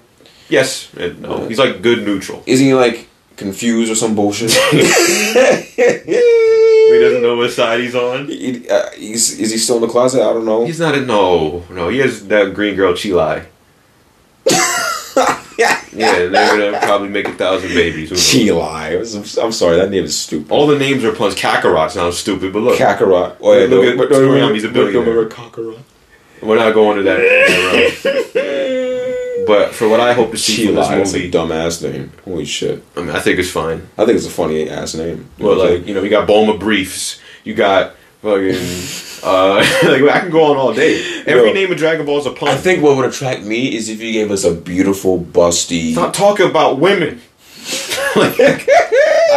[SPEAKER 1] Yes, and no. He's like good neutral.
[SPEAKER 2] Isn't he like confused or some
[SPEAKER 1] *laughs*
[SPEAKER 2] bullshit? *laughs*
[SPEAKER 1] He doesn't know what side he's on.
[SPEAKER 2] He- uh, he's, is he still in the closet? I don't know.
[SPEAKER 1] He's not a no, no. He has that green girl Chi Lai.
[SPEAKER 2] *laughs* yeah,
[SPEAKER 1] Yeah, they're gonna probably make a thousand babies. Who knows?
[SPEAKER 2] Chilai. I'm- I'm sorry, that name is stupid.
[SPEAKER 1] All the names are puns. Kakarot sounds stupid, but look,
[SPEAKER 2] Kakarot. Oh yeah,
[SPEAKER 1] Look at Toriyama, he's a billionaire.
[SPEAKER 2] remember Kakarot.
[SPEAKER 1] we're not going to that.
[SPEAKER 2] *laughs*
[SPEAKER 1] that route. but for what I hope to see from
[SPEAKER 2] Chilai.
[SPEAKER 1] this
[SPEAKER 2] That's a
[SPEAKER 1] movie,
[SPEAKER 2] dumbass name. Holy shit.
[SPEAKER 1] I, mean, I think it's fine.
[SPEAKER 2] I think it's a funny ass name. You
[SPEAKER 1] Well,
[SPEAKER 2] know what I'm
[SPEAKER 1] like you know, you got Bulma briefs. You got fucking. uh, *laughs* like I can go on all day. Every
[SPEAKER 2] Yo.
[SPEAKER 1] name of Dragon Ball is a pun.
[SPEAKER 2] I think what would attract me is if you gave us a beautiful,
[SPEAKER 1] *laughs*
[SPEAKER 2] busty. *laughs*
[SPEAKER 1] Stop talking about women. *laughs* like,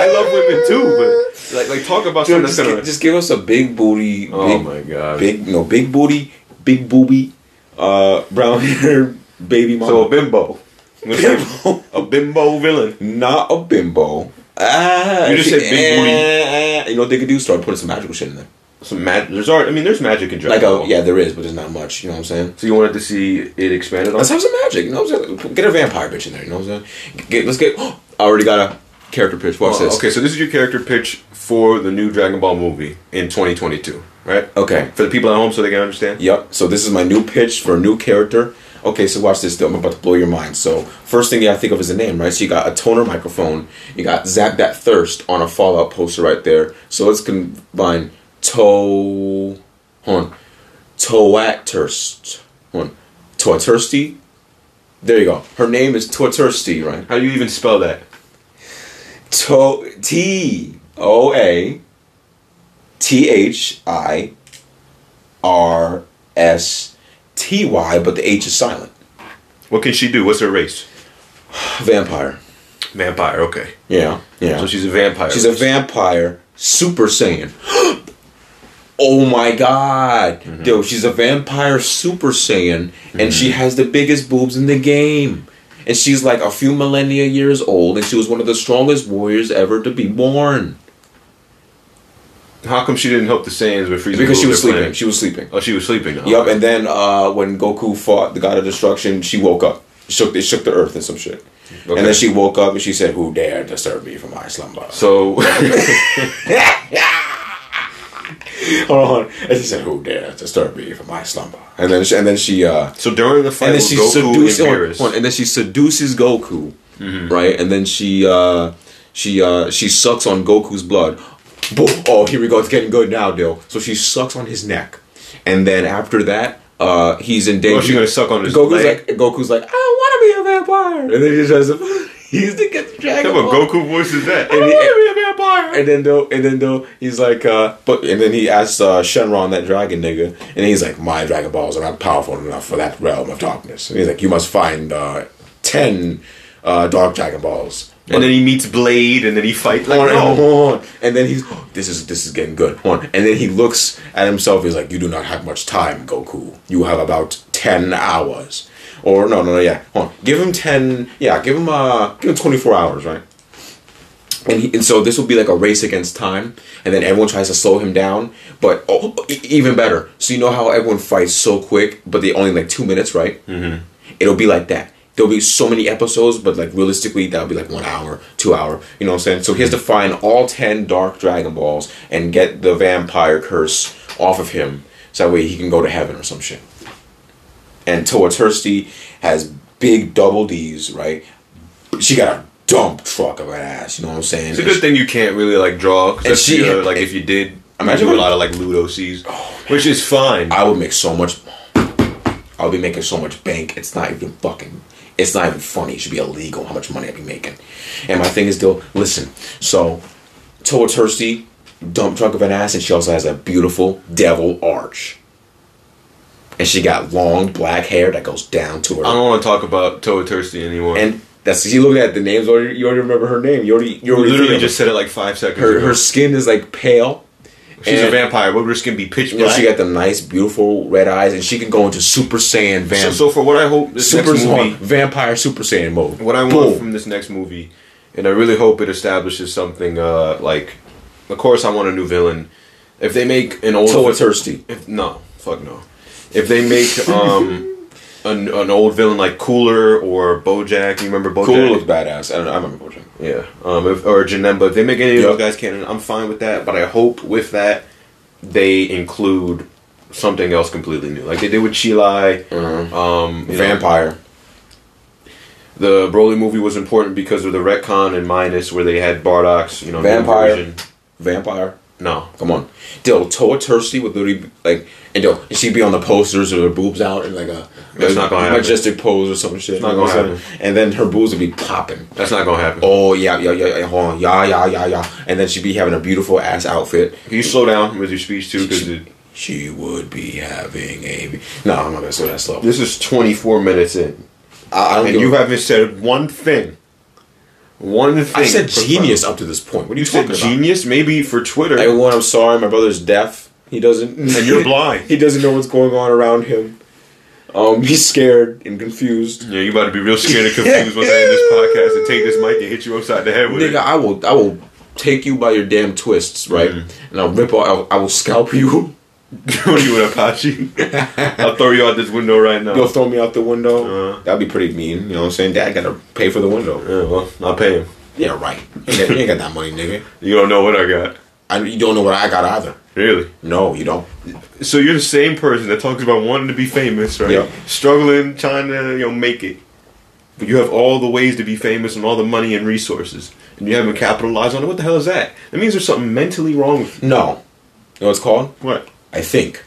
[SPEAKER 1] I love women too, but like, like talk about something
[SPEAKER 2] Dude,
[SPEAKER 1] that's
[SPEAKER 2] just, gi-
[SPEAKER 1] gonna.
[SPEAKER 2] just give us a big booty.
[SPEAKER 1] oh
[SPEAKER 2] big,
[SPEAKER 1] my god.
[SPEAKER 2] Big no big booty, big booby, uh, brown *laughs* hair baby
[SPEAKER 1] so a
[SPEAKER 2] mama.
[SPEAKER 1] bimbo.
[SPEAKER 2] Bimbo.
[SPEAKER 1] a bimbo villain.
[SPEAKER 2] Not a bimbo. Ah,
[SPEAKER 1] You just said big
[SPEAKER 2] booty. eh. you know what they could do? Start putting some magical shit in there.
[SPEAKER 1] Some magic. There's art. I mean, there's magic in
[SPEAKER 2] Like
[SPEAKER 1] Dragon
[SPEAKER 2] a
[SPEAKER 1] Ball.
[SPEAKER 2] yeah, there is, but there's not much. You know what I'm saying?
[SPEAKER 1] So you wanted to see it expanded on?
[SPEAKER 2] Let's have some magic. You know what I'm saying? Get a vampire bitch in there. You know what I'm saying? Get, let's get. *gasps* I already got a character pitch. Watch
[SPEAKER 1] Uh,
[SPEAKER 2] this.
[SPEAKER 1] okay, so this is your character pitch for the new Dragon Ball movie in 2022, right?
[SPEAKER 2] Okay.
[SPEAKER 1] For the people at home, so they can understand.
[SPEAKER 2] Yep. So this is my new pitch for a new character. Okay, so watch this. Though. I'm about to blow your mind. So first thing you gotta think of is a name, right? So you got a toner microphone. You got Zap That Thirst on a Fallout poster right there. So let's combine toe, hold on, Toat Thirst, hold on, Toat Thirsty. There you go. Her name is Toat Thirsty, right?
[SPEAKER 1] How do you even spell that?
[SPEAKER 2] To T O A T H I R S T Y, but the H is silent.
[SPEAKER 1] What can she do? What's her race?
[SPEAKER 2] Vampire.
[SPEAKER 1] Vampire. Okay.
[SPEAKER 2] Yeah, yeah.
[SPEAKER 1] So she's a vampire.
[SPEAKER 2] She's a vampire, Super Saiyan. *gasps* oh my god, dude, she's a vampire Super Saiyan, and she has the biggest boobs in the game. And she's like a few millennia years old, and she was one of the strongest warriors ever to be born.
[SPEAKER 1] How come she didn't help the Saiyans with Frieza?
[SPEAKER 2] Because
[SPEAKER 1] ruled
[SPEAKER 2] she was
[SPEAKER 1] their
[SPEAKER 2] sleeping.
[SPEAKER 1] planet?
[SPEAKER 2] She was sleeping.
[SPEAKER 1] oh, she was sleeping. Oh,
[SPEAKER 2] Yup,
[SPEAKER 1] okay.
[SPEAKER 2] and then uh, when Goku fought the God of Destruction, she woke up. Shook, it shook the earth and some shit.
[SPEAKER 1] Okay.
[SPEAKER 2] And then she woke up and she said, Who dare disturb me from my slumber?
[SPEAKER 1] So, *laughs*
[SPEAKER 2] Hold on. And she said, "Who dare disturb me from my slumber?" And then, she, and then she, uh,
[SPEAKER 1] so during the
[SPEAKER 2] and
[SPEAKER 1] fight
[SPEAKER 2] then
[SPEAKER 1] with
[SPEAKER 2] she
[SPEAKER 1] Goku and
[SPEAKER 2] seduces, hold on,
[SPEAKER 1] Beerus,
[SPEAKER 2] hold on, and then she seduces Goku, right? And then she, uh, she, uh, she sucks on Goku's blood. Boom! Oh, here we go. It's getting good now, Dill. So she sucks on his neck, and then after that, uh, he's in danger.
[SPEAKER 1] Oh, she's gonna suck on his
[SPEAKER 2] Goku's
[SPEAKER 1] leg?
[SPEAKER 2] like, Goku's like, I don't want to be a vampire, and then he tries to, *laughs* he's the gets
[SPEAKER 1] what
[SPEAKER 2] Dragon
[SPEAKER 1] kind of a
[SPEAKER 2] Ball.
[SPEAKER 1] Goku voice is that?
[SPEAKER 2] And he-
[SPEAKER 1] vampire.
[SPEAKER 2] And then though, and then though, he's like, uh, but and then he asks uh, Shenron, that dragon nigga, and he's like, my dragon balls are not powerful enough for that realm of darkness. And he's like, you must find uh, ten uh, dark dragon balls.
[SPEAKER 1] and then he meets Blade, and then he fights. Like,
[SPEAKER 2] on and
[SPEAKER 1] no.
[SPEAKER 2] on, and then he's this is this is getting good. On and then he looks at himself. He's like, you do not have much time, Goku. You have about ten hours, or no, no, no, yeah. On give him ten. Yeah, give him uh, give him twenty four hours, right? and, he, and so this will be like a race against time and then everyone tries to slow him down but oh, e- even better so you know how everyone fights so quick but they only like two minutes right mm-hmm. it'll be like that there'll be so many episodes but like realistically that'll be like one hour two hour you know what i'm saying so he has to find all 10 dark dragon balls and get the vampire curse off of him so that way he can go to heaven or some shit and Toa Thirsty has big double D's, right? She got a dump truck of an ass, you know what I'm saying?
[SPEAKER 1] It's a good thing you can't really like draw.
[SPEAKER 2] And
[SPEAKER 1] Cause
[SPEAKER 2] she- Oh,
[SPEAKER 1] she, like if you did,
[SPEAKER 2] Imagine
[SPEAKER 1] imagine a
[SPEAKER 2] what-
[SPEAKER 1] lot of like Ludo sees, which is fine.
[SPEAKER 2] I would make so much. I would be making so much bank. It's not even fucking. It's not even funny. It should be illegal how much money I'd be making. And my thing is, though, listen. So, Toa Thirsty, dump truck of an ass, and she also has a beautiful devil arch. And she got long black hair that goes down to her.
[SPEAKER 1] I don't want to talk about Toa Thirsty anymore.
[SPEAKER 2] And that's you look at the names. Already, you already remember her name. You already, you
[SPEAKER 1] you
[SPEAKER 2] already
[SPEAKER 1] literally
[SPEAKER 2] think of
[SPEAKER 1] just said it like five seconds
[SPEAKER 2] her.
[SPEAKER 1] ago.
[SPEAKER 2] Her skin is like pale.
[SPEAKER 1] She's a
[SPEAKER 2] and-
[SPEAKER 1] vampire. What would her skin be? Pitch
[SPEAKER 2] You know,
[SPEAKER 1] black.
[SPEAKER 2] she got the nice, beautiful red eyes, and she can go into Super
[SPEAKER 1] so,
[SPEAKER 2] Saiyan vamp,
[SPEAKER 1] so for what I hope this
[SPEAKER 2] Super
[SPEAKER 1] next
[SPEAKER 2] Saiyan,
[SPEAKER 1] movie,
[SPEAKER 2] vampire Super Saiyan mode.
[SPEAKER 1] what I want
[SPEAKER 2] Boom.
[SPEAKER 1] from this next movie, and I really hope it establishes something. Uh, like, of course, I want a new villain. If they make an old
[SPEAKER 2] Toa Thirsty.
[SPEAKER 1] If no, fuck no. If they
[SPEAKER 2] *laughs*
[SPEAKER 1] make um an, an old villain like Cooler or Bojack, you remember Bojack?
[SPEAKER 2] Cool looks badass. I don't know. I remember watching.
[SPEAKER 1] Yeah. Um. If, or Janemba. If they make any of
[SPEAKER 2] Yep.
[SPEAKER 1] those guys canon, I'm fine with that. But I hope with that they include something else completely new, like they did with Chilai. Um. you know,
[SPEAKER 2] Uh-huh. Vampire.
[SPEAKER 1] the Broly movie was important because of the retcon and minus where they had Bardock's. You know. new
[SPEAKER 2] Vampire.
[SPEAKER 1] version.
[SPEAKER 2] Vampire.
[SPEAKER 1] No.
[SPEAKER 2] Come on, Dill. Toa Thirsty would literally be, like, and Dill, she'd be on the posters with her boobs out and like a,
[SPEAKER 1] That's not gonna happen.
[SPEAKER 2] majestic pose or some shit.
[SPEAKER 1] not
[SPEAKER 2] you know what
[SPEAKER 1] gonna
[SPEAKER 2] I'm saying? And then her boobs would be popping.
[SPEAKER 1] That's not gonna happen.
[SPEAKER 2] Oh yeah, yeah, yeah, yeah, hold on, yeah, yeah, yeah, yeah, and then she'd be having a beautiful ass outfit.
[SPEAKER 1] Can you slow down with your speech too? Because
[SPEAKER 2] She would be having a. No, I'm not gonna say that slow.
[SPEAKER 1] this is 24 minutes in.
[SPEAKER 2] I, I don't.
[SPEAKER 1] And
[SPEAKER 2] give
[SPEAKER 1] you
[SPEAKER 2] a-
[SPEAKER 1] haven't said one thing. One thing.
[SPEAKER 2] I said
[SPEAKER 1] for-
[SPEAKER 2] genius up to this point. What are you,
[SPEAKER 1] You said
[SPEAKER 2] talking about?
[SPEAKER 1] genius, maybe for Twitter.
[SPEAKER 2] Everyone, I'm sorry. My brother's deaf. He doesn't.
[SPEAKER 1] And
[SPEAKER 2] *laughs*
[SPEAKER 1] you're blind.
[SPEAKER 2] he doesn't know what's going on around him. Um, he's scared and confused.
[SPEAKER 1] yeah, you about to be real scared
[SPEAKER 2] *laughs*
[SPEAKER 1] and confused once I end this podcast and take this mic and hit you upside the head with
[SPEAKER 2] Nigga,
[SPEAKER 1] it.
[SPEAKER 2] I will. I will take you by your damn twists, right? And I'll rip. All, I'll, I will scalp *laughs* you.
[SPEAKER 1] *laughs* what are you, an Apache?
[SPEAKER 2] *laughs*
[SPEAKER 1] I'll throw you out this window right now.
[SPEAKER 2] You'll throw me out the window.
[SPEAKER 1] Uh-huh.
[SPEAKER 2] That'd be pretty mean. You know what I'm saying? Dad gotta pay for the window.
[SPEAKER 1] Yeah, well, I'll pay him.
[SPEAKER 2] Yeah, right. You ain't- you ain't got that money, nigga.
[SPEAKER 1] You don't know what I got.
[SPEAKER 2] I, you don't know what I got either.
[SPEAKER 1] Really?
[SPEAKER 2] No, you don't.
[SPEAKER 1] So you're the same person that talks about wanting to be famous, right?
[SPEAKER 2] Yeah.
[SPEAKER 1] Struggling, trying to, you know, make it. But you have all the ways to be famous and all the money and resources. And you haven't capitalized on it. What the hell is that? That means there's something mentally wrong with you.
[SPEAKER 2] No. You know what it's called?
[SPEAKER 1] What?
[SPEAKER 2] I think.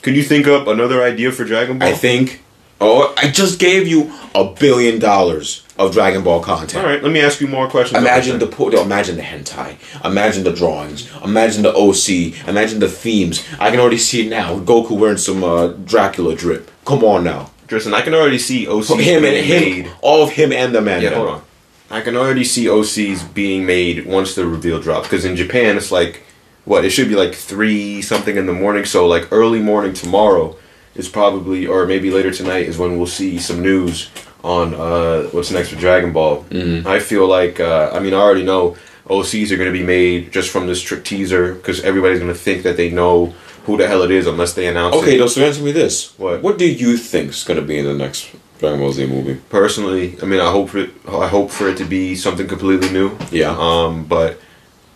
[SPEAKER 1] Can you think up another idea for Dragon Ball?
[SPEAKER 2] I think Oh, I just gave you a billion dollars of Dragon Ball content.
[SPEAKER 1] All right, let me ask you more questions.
[SPEAKER 2] Imagine the po- imagine the hentai, imagine the drawings, imagine the OC, imagine the themes. I can already see it now. Goku wearing some uh, Dracula drip. Come on now,
[SPEAKER 1] Tristan. I can already see OC
[SPEAKER 2] him and
[SPEAKER 1] being made.
[SPEAKER 2] him, all of him and the man.
[SPEAKER 1] Yeah, hold on. I can already see OCs being made once the reveal drops because in Japan it's like what it should be like three something in the morning. So like early morning tomorrow is probably or maybe later tonight is when we'll see some news on uh, what's next for Dragon Ball. Mm. I feel like uh, I mean I already know OCs are going to be made just from this trick teaser because everybody's going to think that they know who the hell it is unless they announce it.
[SPEAKER 2] Okay, though, so answer me this:
[SPEAKER 1] What?
[SPEAKER 2] What do you think's gonna be in the next Dragon Ball Z movie?
[SPEAKER 1] personally, I mean, I hope for it, I hope for it to be something completely new.
[SPEAKER 2] Yeah.
[SPEAKER 1] Um, but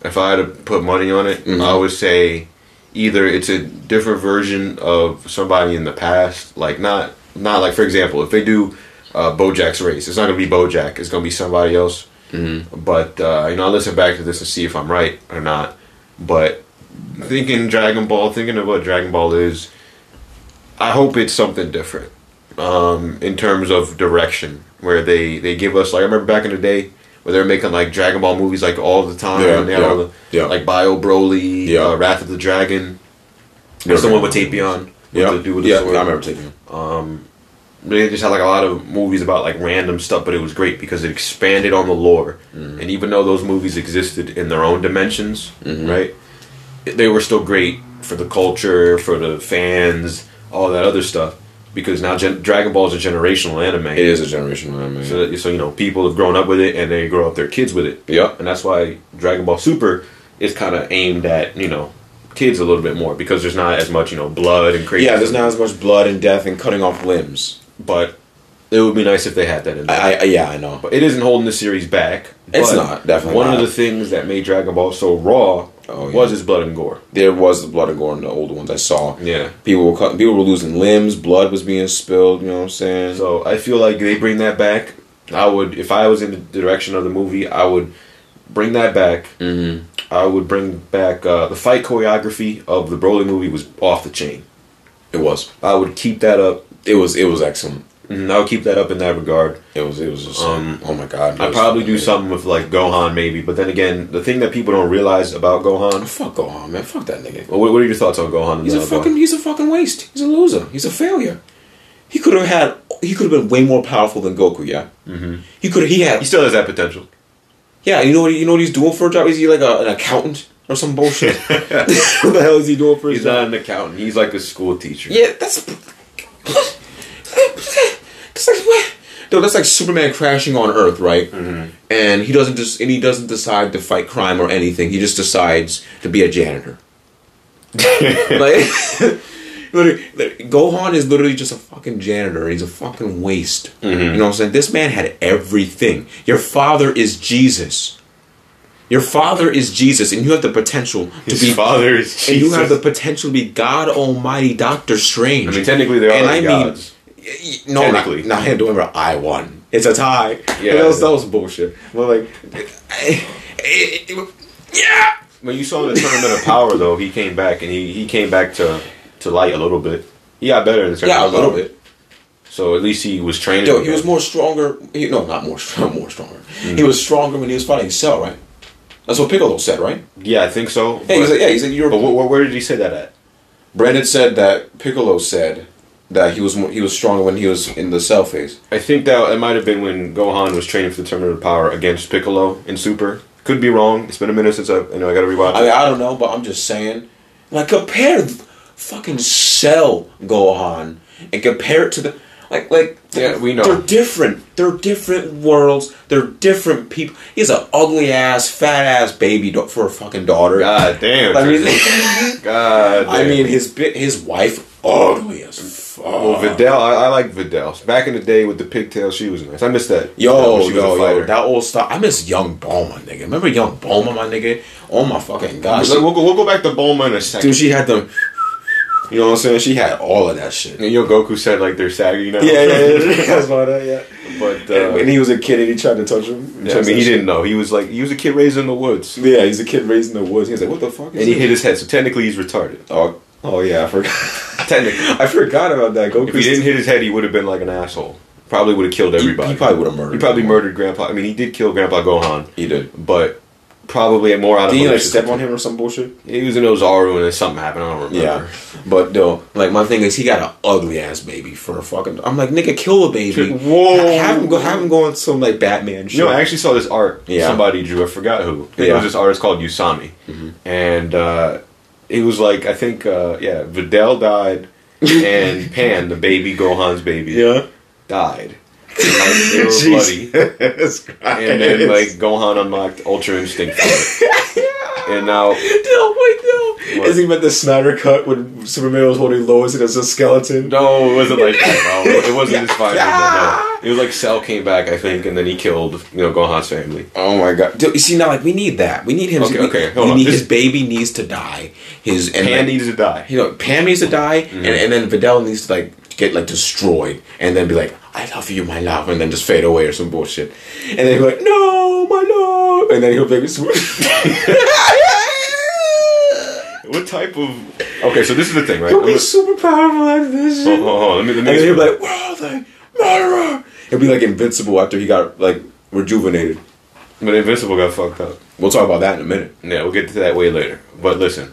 [SPEAKER 1] if I had to put money on it,
[SPEAKER 2] Mhm.
[SPEAKER 1] I would say either it's a different version of somebody in the past, like not not like for example, if they do uh, BoJack's race, it's not gonna be BoJack. It's gonna be somebody else. Mm-hmm. But uh, you know, I will listen back to this and see if I'm right or not. But thinking Dragon Ball, thinking of what Dragon Ball is, I hope it's something different um, in terms of direction, where they they give us like I remember back in the day where they were making like Dragon Ball movies like all the time,
[SPEAKER 2] Yeah,
[SPEAKER 1] and they had
[SPEAKER 2] yeah,
[SPEAKER 1] all the,
[SPEAKER 2] yeah.
[SPEAKER 1] like Bio Broly,
[SPEAKER 2] Yeah.
[SPEAKER 1] uh, Wrath of the Dragon.
[SPEAKER 2] Yeah,
[SPEAKER 1] There's the one with
[SPEAKER 2] Dragon Ball
[SPEAKER 1] Tapion. with
[SPEAKER 2] Yeah,
[SPEAKER 1] the dude with the
[SPEAKER 2] yeah,
[SPEAKER 1] sword.
[SPEAKER 2] I remember taking. Him.
[SPEAKER 1] They just had like a lot of movies about like random stuff, but it was great because it expanded on the lore.
[SPEAKER 2] Mm-hmm.
[SPEAKER 1] And even though those movies existed in their own dimensions,
[SPEAKER 2] Mm-hmm.
[SPEAKER 1] right? They were still great for the culture, for the fans, all that other stuff. Because now gen- Dragon Ball is a generational anime.
[SPEAKER 2] It is a generation anime.
[SPEAKER 1] So, that- so you know, people have grown up with it, and they grow up their kids with it.
[SPEAKER 2] Yeah.
[SPEAKER 1] and that's why Dragon Ball Super is kind of aimed at you know kids a little bit more because there's not as much you know blood and crazy.
[SPEAKER 2] yeah, there's not as much blood and death and cutting off limbs.
[SPEAKER 1] but it would be nice if they had that in there.
[SPEAKER 2] I, I yeah, I know.
[SPEAKER 1] but it isn't holding the series back.
[SPEAKER 2] It's
[SPEAKER 1] but
[SPEAKER 2] not, definitely
[SPEAKER 1] one
[SPEAKER 2] not.
[SPEAKER 1] of the things that made Dragon Ball so raw
[SPEAKER 2] Oh, yeah.
[SPEAKER 1] was its blood and gore.
[SPEAKER 2] There was the blood and gore in the old ones I saw.
[SPEAKER 1] Yeah.
[SPEAKER 2] People were cut, people were losing limbs, blood was being spilled. You know what I'm saying?
[SPEAKER 1] So I feel like they bring that back. I would, if I was in the direction of the movie, I would bring that back.
[SPEAKER 2] Mhm.
[SPEAKER 1] I would bring back uh, the fight choreography of the Broly movie was off the chain.
[SPEAKER 2] It was.
[SPEAKER 1] I would keep that up.
[SPEAKER 2] It was. It was excellent.
[SPEAKER 1] Mhm, I would keep that up in that regard.
[SPEAKER 2] It was. It was just.
[SPEAKER 1] Um,
[SPEAKER 2] oh my god. it
[SPEAKER 1] I'd
[SPEAKER 2] was
[SPEAKER 1] probably do
[SPEAKER 2] amazing.
[SPEAKER 1] something with like Gohan maybe, but then again, the thing that people don't realize about Gohan.
[SPEAKER 2] Fuck Gohan, man. Fuck that nigga.
[SPEAKER 1] Well, what, what are your thoughts on Gohan? and
[SPEAKER 2] He's a
[SPEAKER 1] Dragon Ball?
[SPEAKER 2] fucking. He's a fucking waste. He's a loser. He's a failure. He could have had. He could have been way more powerful than Goku. Yeah. Mm-hmm. He could. He had.
[SPEAKER 1] He still has that potential.
[SPEAKER 2] Yeah, you know what? You know what he's doing for a job? Is he like a, an accountant or
[SPEAKER 1] *laughs*
[SPEAKER 2] some bullshit? *laughs* what the hell is he doing for his
[SPEAKER 1] He's
[SPEAKER 2] job?
[SPEAKER 1] not an accountant. He's like a school teacher.
[SPEAKER 2] Yeah, that's. *laughs* that's like what? No, that's like Superman crashing on Earth, right? Mm-hmm. And he doesn't just and he doesn't decide to fight crime or anything. He just decides to be a janitor. like, *laughs* literally, like, Gohan is literally just a fucking janitor. He's a fucking waste. You know what I'm saying? This man had everything. Your father is Jesus. Your father is Jesus, and you have the potential to
[SPEAKER 1] His
[SPEAKER 2] be
[SPEAKER 1] father is Jesus.
[SPEAKER 2] and you have the potential to be God Almighty Doctor Strange.
[SPEAKER 1] I mean, technically, they are
[SPEAKER 2] and
[SPEAKER 1] like
[SPEAKER 2] I
[SPEAKER 1] gods.
[SPEAKER 2] mean, y- y- no,
[SPEAKER 1] Technically.
[SPEAKER 2] not, not him doing what I won. It's a tie.
[SPEAKER 1] Yeah.
[SPEAKER 2] that was, that was bullshit. But like, *laughs* I- I- I- yeah,
[SPEAKER 1] When you saw the tournament of power, though, he came back and he, he came back to, to light a little bit. He got better in the tournament.
[SPEAKER 2] yeah, a
[SPEAKER 1] of
[SPEAKER 2] little
[SPEAKER 1] Power.
[SPEAKER 2] bit.
[SPEAKER 1] So at least he was training.
[SPEAKER 2] Yo, he was
[SPEAKER 1] again.
[SPEAKER 2] more stronger. He, no, not more *laughs* strong. More stronger. He was stronger when he was fighting Cell, right? That's what Piccolo said, right?
[SPEAKER 1] Yeah, I think so.
[SPEAKER 2] Yeah, he
[SPEAKER 1] but
[SPEAKER 2] said, yeah, he said you're.
[SPEAKER 1] but wh- wh- where did he say that at?
[SPEAKER 2] Brandon said that Piccolo said that he was more, he was stronger when he was in the Cell phase.
[SPEAKER 1] I think that it might have been when Gohan was training for the tournament of power against Piccolo in Super. Could be wrong. It's been a minute since I you know I got to rewatch.
[SPEAKER 2] I mean, I don't know, but I'm just saying. Like, compare th- fucking Cell Gohan and compare it to the. Like, like
[SPEAKER 1] Yeah, we know.
[SPEAKER 2] They're different. They're different worlds. They're different people. He's an ugly ass, fat ass baby do- for a fucking daughter.
[SPEAKER 1] God damn.
[SPEAKER 2] I
[SPEAKER 1] *laughs*
[SPEAKER 2] mean,
[SPEAKER 1] Tristan. *laughs* God. Damn.
[SPEAKER 2] *laughs* I mean, his bi- his wife ugly as fuck.
[SPEAKER 1] Well, Oh, Videl, I, I like Videl. Back in the day with the pigtail, she was nice. I miss that.
[SPEAKER 2] Yo,
[SPEAKER 1] When she was
[SPEAKER 2] yo,
[SPEAKER 1] a
[SPEAKER 2] yo,
[SPEAKER 1] fighter.
[SPEAKER 2] that old stuff. I miss Young Boma, nigga. Remember Young Boma, my nigga? Oh my fucking
[SPEAKER 1] Like,
[SPEAKER 2] gosh.
[SPEAKER 1] we'll, go, we'll go back to Bulma in a second.
[SPEAKER 2] Dude, she had the. You know what I'm saying? She had all of that shit.
[SPEAKER 1] And Yo Goku said like they're saggy now.
[SPEAKER 2] *laughs* That's about that, yeah.
[SPEAKER 1] *laughs* but uh,
[SPEAKER 2] when he was a kid and he tried to touch him.
[SPEAKER 1] yeah, I mean, he didn't know. He was like he was a kid raised in the woods,
[SPEAKER 2] Yeah, he's a kid raised in the woods. He was like, what the fuck is
[SPEAKER 1] and he
[SPEAKER 2] this? *laughs*
[SPEAKER 1] hit his head. So technically, he's retarded.
[SPEAKER 2] Oh, oh yeah, I forgot. *laughs*
[SPEAKER 1] Technically.
[SPEAKER 2] I forgot about that. Goku.
[SPEAKER 1] If he didn't hit his head, he would have been like an asshole. Probably would have killed
[SPEAKER 2] he,
[SPEAKER 1] everybody.
[SPEAKER 2] he probably would have murdered.
[SPEAKER 1] He probably
[SPEAKER 2] everyone.
[SPEAKER 1] murdered Grandpa. I mean, he did kill Grandpa Gohan,
[SPEAKER 2] He did.
[SPEAKER 1] but probably more out of
[SPEAKER 2] Did he like
[SPEAKER 1] malicious-
[SPEAKER 2] step on him or some bullshit?
[SPEAKER 1] He was in Ozaru and then something happened. I don't remember.
[SPEAKER 2] Yeah, but no, like my thing is he got an ugly ass baby for a fucking. I'm like nigga, kill the baby.
[SPEAKER 1] Whoa.
[SPEAKER 2] Ha- have him go, have him go on some like Batman shit.
[SPEAKER 1] You know, I actually saw this art
[SPEAKER 2] Yeah.
[SPEAKER 1] somebody drew. I forgot who. It
[SPEAKER 2] Yeah. Mm-hmm.
[SPEAKER 1] was this artist called Usami, and uh, it was like I think uh, yeah, Videl died,
[SPEAKER 2] *laughs*
[SPEAKER 1] and Pan, the baby Gohan's baby,
[SPEAKER 2] yeah, *laughs*
[SPEAKER 1] died. Like, they were bloody.
[SPEAKER 2] Jesus Christ.
[SPEAKER 1] and then like *laughs*
[SPEAKER 2] *laughs*
[SPEAKER 1] Gohan unlocked Ultra Instinct, for it. and now
[SPEAKER 2] *laughs* No, wait, no.
[SPEAKER 1] What?
[SPEAKER 2] Is he meant the Snyder cut when Superman was holding Lois and as a skeleton?
[SPEAKER 1] no, it wasn't like that. No, it wasn't his final.
[SPEAKER 2] *laughs*
[SPEAKER 1] No, it was like Cell came back, I think, and then he killed you know Gohan's family.
[SPEAKER 2] Oh my god! Dude, you see now, like we need that. We need him.
[SPEAKER 1] Okay,
[SPEAKER 2] we-
[SPEAKER 1] okay,
[SPEAKER 2] we
[SPEAKER 1] hold on.
[SPEAKER 2] need-
[SPEAKER 1] This-
[SPEAKER 2] his baby needs to die. His and
[SPEAKER 1] Pan
[SPEAKER 2] like,
[SPEAKER 1] needs to die.
[SPEAKER 2] you know, Pam needs to die, and, and then Vidal needs to like get like destroyed, and then be like, "I love you, my love," and then just fade away or some bullshit, and then he'll be like, "No, my love," and then he'll be like,
[SPEAKER 1] What type of? Okay, so this is the thing, right?
[SPEAKER 2] *laughs* "He'll
[SPEAKER 1] I'm
[SPEAKER 2] be
[SPEAKER 1] a-
[SPEAKER 2] super powerful like this,"
[SPEAKER 1] Hold on, hold on, let me let me.
[SPEAKER 2] and then he'll be
[SPEAKER 1] explain.
[SPEAKER 2] like, "Wow, the murderer," he'll be like invincible after he got like rejuvenated.
[SPEAKER 1] But Invincible got fucked up.
[SPEAKER 2] We'll talk about that in a minute.
[SPEAKER 1] Yeah, we'll get to that way later. But listen,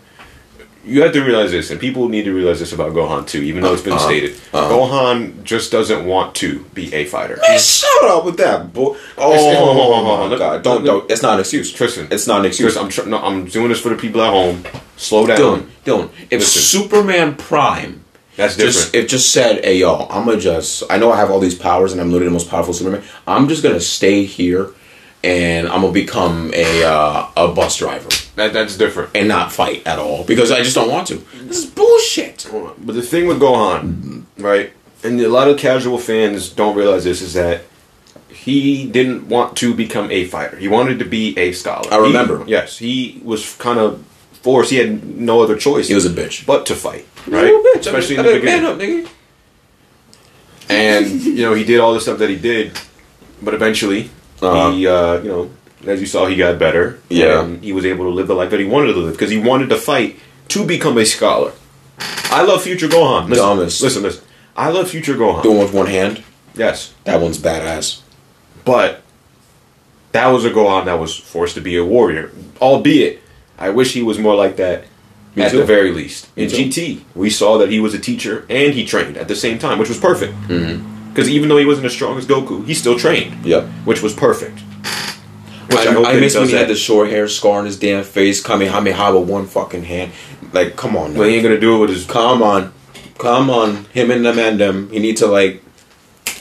[SPEAKER 1] you have to realize this, and people need to realize this about Gohan too, even though it's been
[SPEAKER 2] Uh-huh.
[SPEAKER 1] stated.
[SPEAKER 2] Uh-huh.
[SPEAKER 1] Gohan just doesn't want to be a fighter.
[SPEAKER 2] Man, shut up with that boy. Oh, my god! Don't don't. It's not an excuse,
[SPEAKER 1] Tristan.
[SPEAKER 2] It's not an excuse.
[SPEAKER 1] Because I'm tr- no, I'm doing this for the people at home. Slow down.
[SPEAKER 2] Dylan, Dylan, if
[SPEAKER 1] Listen.
[SPEAKER 2] Superman Prime
[SPEAKER 1] That's
[SPEAKER 2] just
[SPEAKER 1] different.
[SPEAKER 2] if just said, "Hey, y'all, I'm gonna just I know I have all these powers and I'm literally the most powerful Superman. I'm just gonna stay here and I'm gonna become a uh, a bus driver
[SPEAKER 1] that, that's different.
[SPEAKER 2] and not fight at all because I just don't want to. This is bullshit.
[SPEAKER 1] But the thing with Gohan, right, and a lot of casual fans don't realize this, is that he didn't want to become a fighter. He wanted to be a scholar.
[SPEAKER 2] I
[SPEAKER 1] He-
[SPEAKER 2] remember.
[SPEAKER 1] yes, he was kind of forced. He had no other choice.
[SPEAKER 2] He was a bitch,
[SPEAKER 1] but to fight,
[SPEAKER 2] He
[SPEAKER 1] right?
[SPEAKER 2] was a bitch.
[SPEAKER 1] Especially
[SPEAKER 2] I
[SPEAKER 1] in the
[SPEAKER 2] mean,
[SPEAKER 1] beginning.
[SPEAKER 2] Man up, nigga.
[SPEAKER 1] And you know, he did all the stuff that he did, but eventually,
[SPEAKER 2] Uh-huh.
[SPEAKER 1] he uh, you know, as you saw, he got better.
[SPEAKER 2] Yeah.
[SPEAKER 1] and he was able to live the life that he wanted to live because he wanted to fight to become a scholar. I love Future Gohan. Listen,
[SPEAKER 2] Dumbest.
[SPEAKER 1] Listen, listen. I love Future Gohan.
[SPEAKER 2] Doing with one hand.
[SPEAKER 1] Yes,
[SPEAKER 2] That one's badass.
[SPEAKER 1] but that was a Gohan that was forced to be a warrior. Albeit, I wish he was more like that
[SPEAKER 2] Me
[SPEAKER 1] at
[SPEAKER 2] too.
[SPEAKER 1] the very least.
[SPEAKER 2] Me
[SPEAKER 1] In
[SPEAKER 2] too.
[SPEAKER 1] GT, we saw that he was a teacher and he trained at the same time, which was perfect. Because
[SPEAKER 2] Mm-hmm.
[SPEAKER 1] even though he wasn't as strong as Goku, he still trained,
[SPEAKER 2] Yep.
[SPEAKER 1] which was perfect. Which
[SPEAKER 2] I,
[SPEAKER 1] I, hope
[SPEAKER 2] I
[SPEAKER 1] that
[SPEAKER 2] miss
[SPEAKER 1] he
[SPEAKER 2] when
[SPEAKER 1] does
[SPEAKER 2] he had
[SPEAKER 1] that.
[SPEAKER 2] the short hair scar on his damn face. Kamehameha with one fucking hand. Like, come on.
[SPEAKER 1] But
[SPEAKER 2] man.
[SPEAKER 1] he ain't gonna do it with his.
[SPEAKER 2] Come on, come on. Him and them and them. He needs to like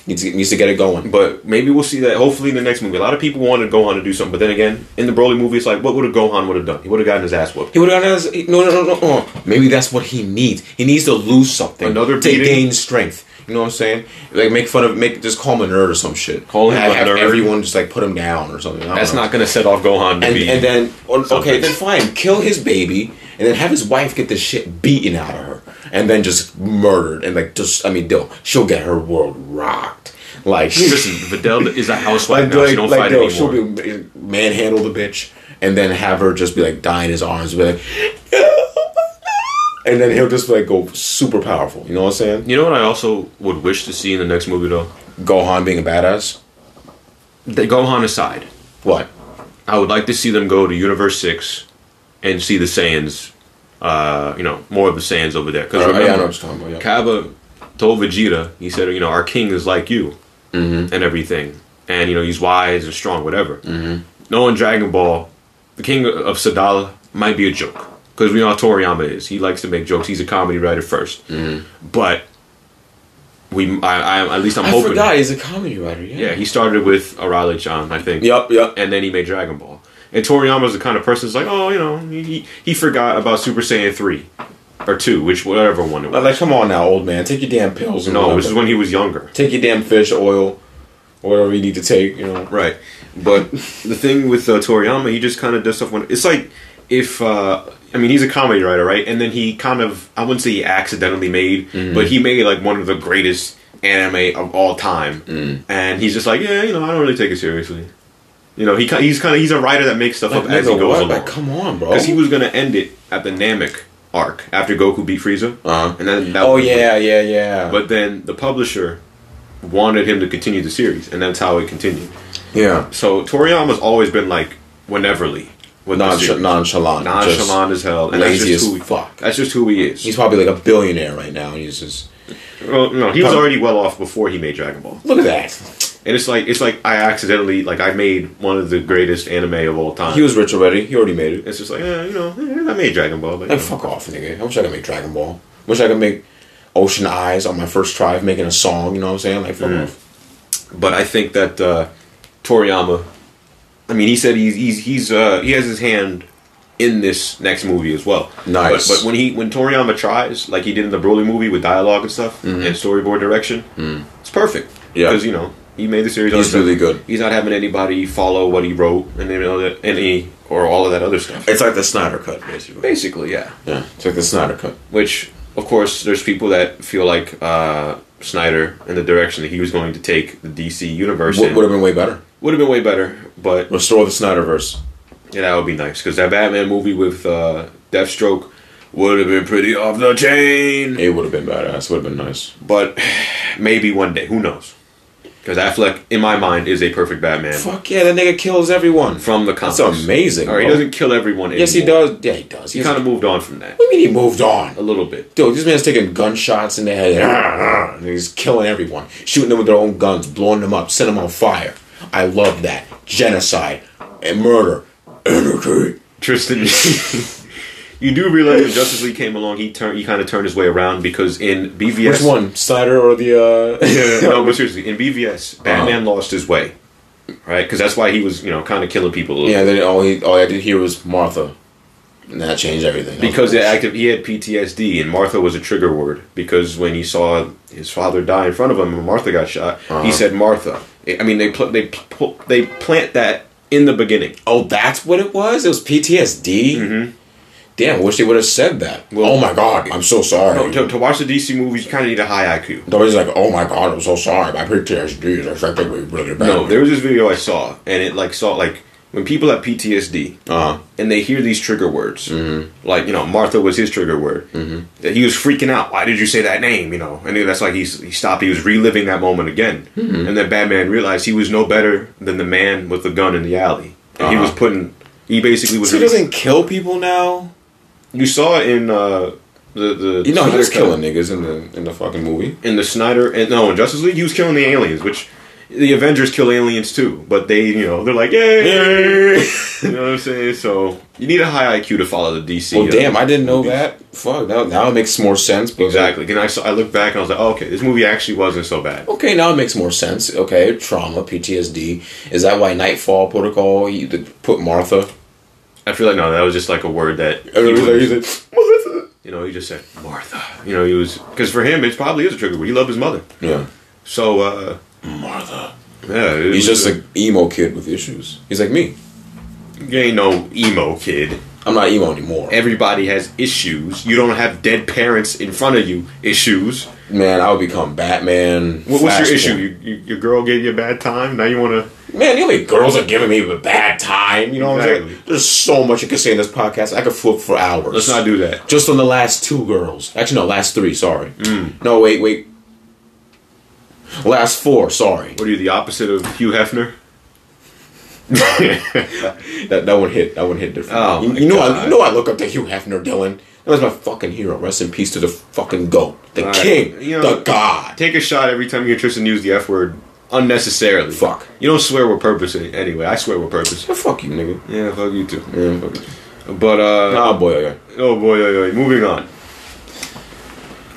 [SPEAKER 2] needs to, needs to get it going.
[SPEAKER 1] But maybe we'll see that. Hopefully in the next movie, a lot of people wanted Gohan to do something, but then again, in the Broly movie, it's like, what would a Gohan would have done? He would have gotten his ass whooped.
[SPEAKER 2] He would have done his- no, no, no, no. uh, Maybe that's what he needs. He needs to lose something.
[SPEAKER 1] Another
[SPEAKER 2] to
[SPEAKER 1] beating?
[SPEAKER 2] gain strength. You know what I'm saying? Like make fun of, make just call him a nerd or some shit.
[SPEAKER 1] Call him
[SPEAKER 2] Have-
[SPEAKER 1] a
[SPEAKER 2] have
[SPEAKER 1] nerd.
[SPEAKER 2] Everyone just like put him down or something. I don't
[SPEAKER 1] That's
[SPEAKER 2] know.
[SPEAKER 1] not gonna set off Gohan to
[SPEAKER 2] And,
[SPEAKER 1] be.
[SPEAKER 2] and then well, okay,
[SPEAKER 1] something.
[SPEAKER 2] then fine, kill his baby, and then have his wife get the shit beaten out of her, and then just murdered, and like just I mean, dude, she'll get her world rocked. Like
[SPEAKER 1] Listen, Videl is a housewife
[SPEAKER 2] like,
[SPEAKER 1] now.
[SPEAKER 2] like,
[SPEAKER 1] she don't
[SPEAKER 2] like,
[SPEAKER 1] fight
[SPEAKER 2] yo,
[SPEAKER 1] anymore.
[SPEAKER 2] She'll be manhandle the bitch, and then have her just be like die in his arms, be like, *laughs* and then he'll just like go super powerful. You know what I'm saying?
[SPEAKER 1] You know what I also would wish to see in the next movie though?
[SPEAKER 2] Gohan being a badass.
[SPEAKER 1] The Gohan aside,
[SPEAKER 2] What?
[SPEAKER 1] I would like to see them go to Universe Six and see the Saiyans. Uh, you know, more of the Saiyans over there. Because
[SPEAKER 2] Uh, yeah, I
[SPEAKER 1] remember,
[SPEAKER 2] know what you're talking about, yeah.
[SPEAKER 1] Kaba told Vegeta, he said, you know, our king is like you and everything, and you know he's wise and strong, whatever. Mm-hmm. Knowing Dragon Ball, the king of Sadala might be a joke because we know how Toriyama is. He likes to make jokes. He's a comedy writer 1st but we, I, I, at least I'm
[SPEAKER 2] I
[SPEAKER 1] hoping.
[SPEAKER 2] forgot he's a comedy writer. Yeah.
[SPEAKER 1] Yeah, he started with Arale Chan, I think.
[SPEAKER 2] Yep. Yep.
[SPEAKER 1] And then he made Dragon Ball. And Toriyama's the kind of person that's like, oh, you know, he, he- he forgot about Super Saiyan 3 or 2, which whatever one it
[SPEAKER 2] But
[SPEAKER 1] was.
[SPEAKER 2] like, come on now, old man, take your damn pills. and
[SPEAKER 1] No,
[SPEAKER 2] whatever.
[SPEAKER 1] this is when he was younger.
[SPEAKER 2] take your damn fish oil, or whatever you need to take. You know.
[SPEAKER 1] Right. But the thing with uh, Toriyama, he just kind of does stuff when. It's like if. Uh, I mean, he's a comedy writer, right? And then he kind of. I wouldn't say he accidentally made,
[SPEAKER 2] Mm-hmm.
[SPEAKER 1] but he made like one of the greatest anime of all time.
[SPEAKER 2] Mm.
[SPEAKER 1] And he's just like, yeah, you know, I don't really take it seriously. You know, he ki- he's kind of he's a writer that makes stuff up as he goes
[SPEAKER 2] nigga, what?
[SPEAKER 1] along.
[SPEAKER 2] Like, come on, Oh. bro.
[SPEAKER 1] Because he was going to end it at the Namek arc after Goku beat Frieza,
[SPEAKER 2] Uh-huh.
[SPEAKER 1] and then that
[SPEAKER 2] Oh
[SPEAKER 1] was-
[SPEAKER 2] yeah, yeah, yeah.
[SPEAKER 1] But then the publisher wanted him to continue the series, and that's how it continued.
[SPEAKER 2] yeah,
[SPEAKER 1] So Toriyama's always been like wheneverly with the
[SPEAKER 2] Noncha-
[SPEAKER 1] series.
[SPEAKER 2] nonchalant, just
[SPEAKER 1] nonchalant as hell, and that's
[SPEAKER 2] lazy
[SPEAKER 1] just
[SPEAKER 2] as
[SPEAKER 1] who he,
[SPEAKER 2] fuck.
[SPEAKER 1] That's just who he is.
[SPEAKER 2] He's probably like a billionaire right now, and he's just
[SPEAKER 1] well, no, he was
[SPEAKER 2] Probably-
[SPEAKER 1] already well off before he made Dragon Ball.
[SPEAKER 2] look at that.
[SPEAKER 1] And it's like it's like I accidentally like I made one of the greatest anime of all time.
[SPEAKER 2] He was rich already. He already made it.
[SPEAKER 1] it's just like eh, you know eh, I made Dragon Ball. Like,
[SPEAKER 2] Like, fuck off, nigga. I wish I could make Dragon Ball. Wish I could make Ocean Eyes on my first try of making a song. You know what I'm saying? Like, fuck
[SPEAKER 1] Mm.
[SPEAKER 2] off.
[SPEAKER 1] but I think that uh, Toriyama. I mean, he said he's he's he's uh, he has his hand in this next movie as well.
[SPEAKER 2] Nice.
[SPEAKER 1] But, but when he when Toriyama tries, like he did in the Broly movie with dialogue and stuff and storyboard direction, it's perfect.
[SPEAKER 2] Mm-hmm. Mm. Yeah.
[SPEAKER 1] Because you know he made the series. on
[SPEAKER 2] He's
[SPEAKER 1] his own.
[SPEAKER 2] really good.
[SPEAKER 1] He's not having anybody follow what he wrote and any other- any or all of that other stuff.
[SPEAKER 2] It's like the Snyder Cut, basically.
[SPEAKER 1] Basically, yeah.
[SPEAKER 2] Yeah, it's like the Snyder Cut.
[SPEAKER 1] Which, of course, there's people that feel like uh, Snyder and the direction that he was going to take the DC universe
[SPEAKER 2] Would have been way better.
[SPEAKER 1] would have been way better, but
[SPEAKER 2] Restore the Snyderverse.
[SPEAKER 1] Yeah, that would be nice because that Batman movie with uh, Deathstroke would have been pretty off the chain.
[SPEAKER 2] It would have been badass. Would have been nice.
[SPEAKER 1] But maybe one day, who knows? Because Affleck, in my mind, is a perfect Batman
[SPEAKER 2] Fuck yeah, that nigga kills everyone.
[SPEAKER 1] from the comics.
[SPEAKER 2] amazing,
[SPEAKER 1] All right, he
[SPEAKER 2] bro.
[SPEAKER 1] doesn't kill everyone.
[SPEAKER 2] Yes, he
[SPEAKER 1] anymore.
[SPEAKER 2] does. Yeah, he does.
[SPEAKER 1] He kind of moved on from that
[SPEAKER 2] What do you mean he moved on?
[SPEAKER 1] a little bit.
[SPEAKER 2] Dude, this man's taking gunshots in the head. *laughs* And he's killing everyone, shooting them with their own guns, blowing them up, setting them on fire. I love that genocide and murder, *clears throat* anarchy.
[SPEAKER 1] Tristan, *laughs* you do realize when Justice League came along, he turned, he kind of turned his way around because in BVS,
[SPEAKER 2] Which one, Snyder or the? uh...
[SPEAKER 1] *laughs*
[SPEAKER 2] *laughs*
[SPEAKER 1] Yeah, *laughs* no, but seriously, in BVS, Batman
[SPEAKER 2] Oh.
[SPEAKER 1] lost his way, right? Because that's why he was, you know, kind of killing people. A little
[SPEAKER 2] yeah, then all he all I did hear was Martha, and that changed everything.
[SPEAKER 1] because it active he had PTSD and Martha was a trigger word because when he saw his father die in front of him and Martha got shot he said Martha I I mean they pl- they pl- they plant that in the beginning
[SPEAKER 2] oh, that's what it was. It was PTSD. Mm-hmm. Damn, wish they would have said that. oh my god, I'm so sorry.
[SPEAKER 1] to, to watch the DC movies you kind of need a high IQ
[SPEAKER 2] Nobody's like, oh my god, I'm so sorry. My PTSD is affecting me really bad.
[SPEAKER 1] no there was this video I saw and it like saw like when people have PTSD
[SPEAKER 2] Uh,
[SPEAKER 1] and they hear these trigger words
[SPEAKER 2] Mm-hmm.
[SPEAKER 1] like you know Martha was his trigger word that he was freaking out why did you say that name you know and then that's like he's, he stopped he was reliving that moment again
[SPEAKER 2] Mm-hmm.
[SPEAKER 1] and then Batman realized he was no better than the man with the gun in the alley and he was
[SPEAKER 2] Uh-huh.
[SPEAKER 1] putting he basically was
[SPEAKER 2] so he doesn't kill people now.
[SPEAKER 1] you saw it in uh, the the
[SPEAKER 2] You know, he
[SPEAKER 1] Snyder
[SPEAKER 2] was
[SPEAKER 1] Cut.
[SPEAKER 2] killing niggas in the in the fucking movie.
[SPEAKER 1] in the Snyder and no in Justice League he was killing the aliens which the Avengers kill aliens too but they you know they're like yay *laughs* you know what I'm saying so you need a high IQ to follow the uh, DC
[SPEAKER 2] Well,
[SPEAKER 1] you know?
[SPEAKER 2] damn, I didn't know that. Fuck, now, now it makes more sense. But
[SPEAKER 1] Exactly. And I saw, I looked back and I was like, oh, okay, this movie actually wasn't so bad.
[SPEAKER 2] okay, now it makes more sense. Okay, trauma, PTSD. Is that why Nightfall Protocol you did put Martha?
[SPEAKER 1] I feel like no, that was just like a word that he was- you know he just said Martha. You know he was because for him it probably is a trigger word. He loved his mother,
[SPEAKER 2] Yeah,
[SPEAKER 1] so uh,
[SPEAKER 2] Martha.
[SPEAKER 1] yeah. it
[SPEAKER 2] He's
[SPEAKER 1] was
[SPEAKER 2] just an emo kid with issues. He's like me.
[SPEAKER 1] you ain't no emo kid.
[SPEAKER 2] I'm not emo anymore.
[SPEAKER 1] Everybody has issues. You don't have dead parents in front of you. Issues.
[SPEAKER 2] Man, I would become Batman.
[SPEAKER 1] What, what's your
[SPEAKER 2] Flashpoint.
[SPEAKER 1] issue? You, you, your girl gave you a bad time. Now you want to.
[SPEAKER 2] Man, the only girls are giving me a bad time. You know what I'm
[SPEAKER 1] Exactly.
[SPEAKER 2] saying? There's so much you could say in this podcast. I could flip for hours.
[SPEAKER 1] Let's not do that.
[SPEAKER 2] Just on the last two girls. Actually, no, last three. Sorry.
[SPEAKER 1] Mm.
[SPEAKER 2] No, wait, wait. Last four. Sorry.
[SPEAKER 1] What are you the opposite of Hugh
[SPEAKER 2] *laughs*
[SPEAKER 1] Hefner?
[SPEAKER 2] That that one hit. That one hit different.
[SPEAKER 1] Oh,
[SPEAKER 2] you,
[SPEAKER 1] my
[SPEAKER 2] you know, I
[SPEAKER 1] God.
[SPEAKER 2] you know I look up to Hugh Hefner, Dylan. That was my fucking hero. Rest in peace to the fucking goat, the
[SPEAKER 1] All right.
[SPEAKER 2] king,
[SPEAKER 1] You know-
[SPEAKER 2] the god.
[SPEAKER 1] Take a shot every time you Tristan use the F word unnecessarily.
[SPEAKER 2] Fuck.
[SPEAKER 1] You don't swear with purpose any- anyway. I swear with purpose.
[SPEAKER 2] Yeah, fuck you, nigga.
[SPEAKER 1] Yeah, fuck you too.
[SPEAKER 2] Yeah, fuck you.
[SPEAKER 1] But uh,
[SPEAKER 2] Nah, boy. Yeah.
[SPEAKER 1] oh boy, oh, oh, moving on.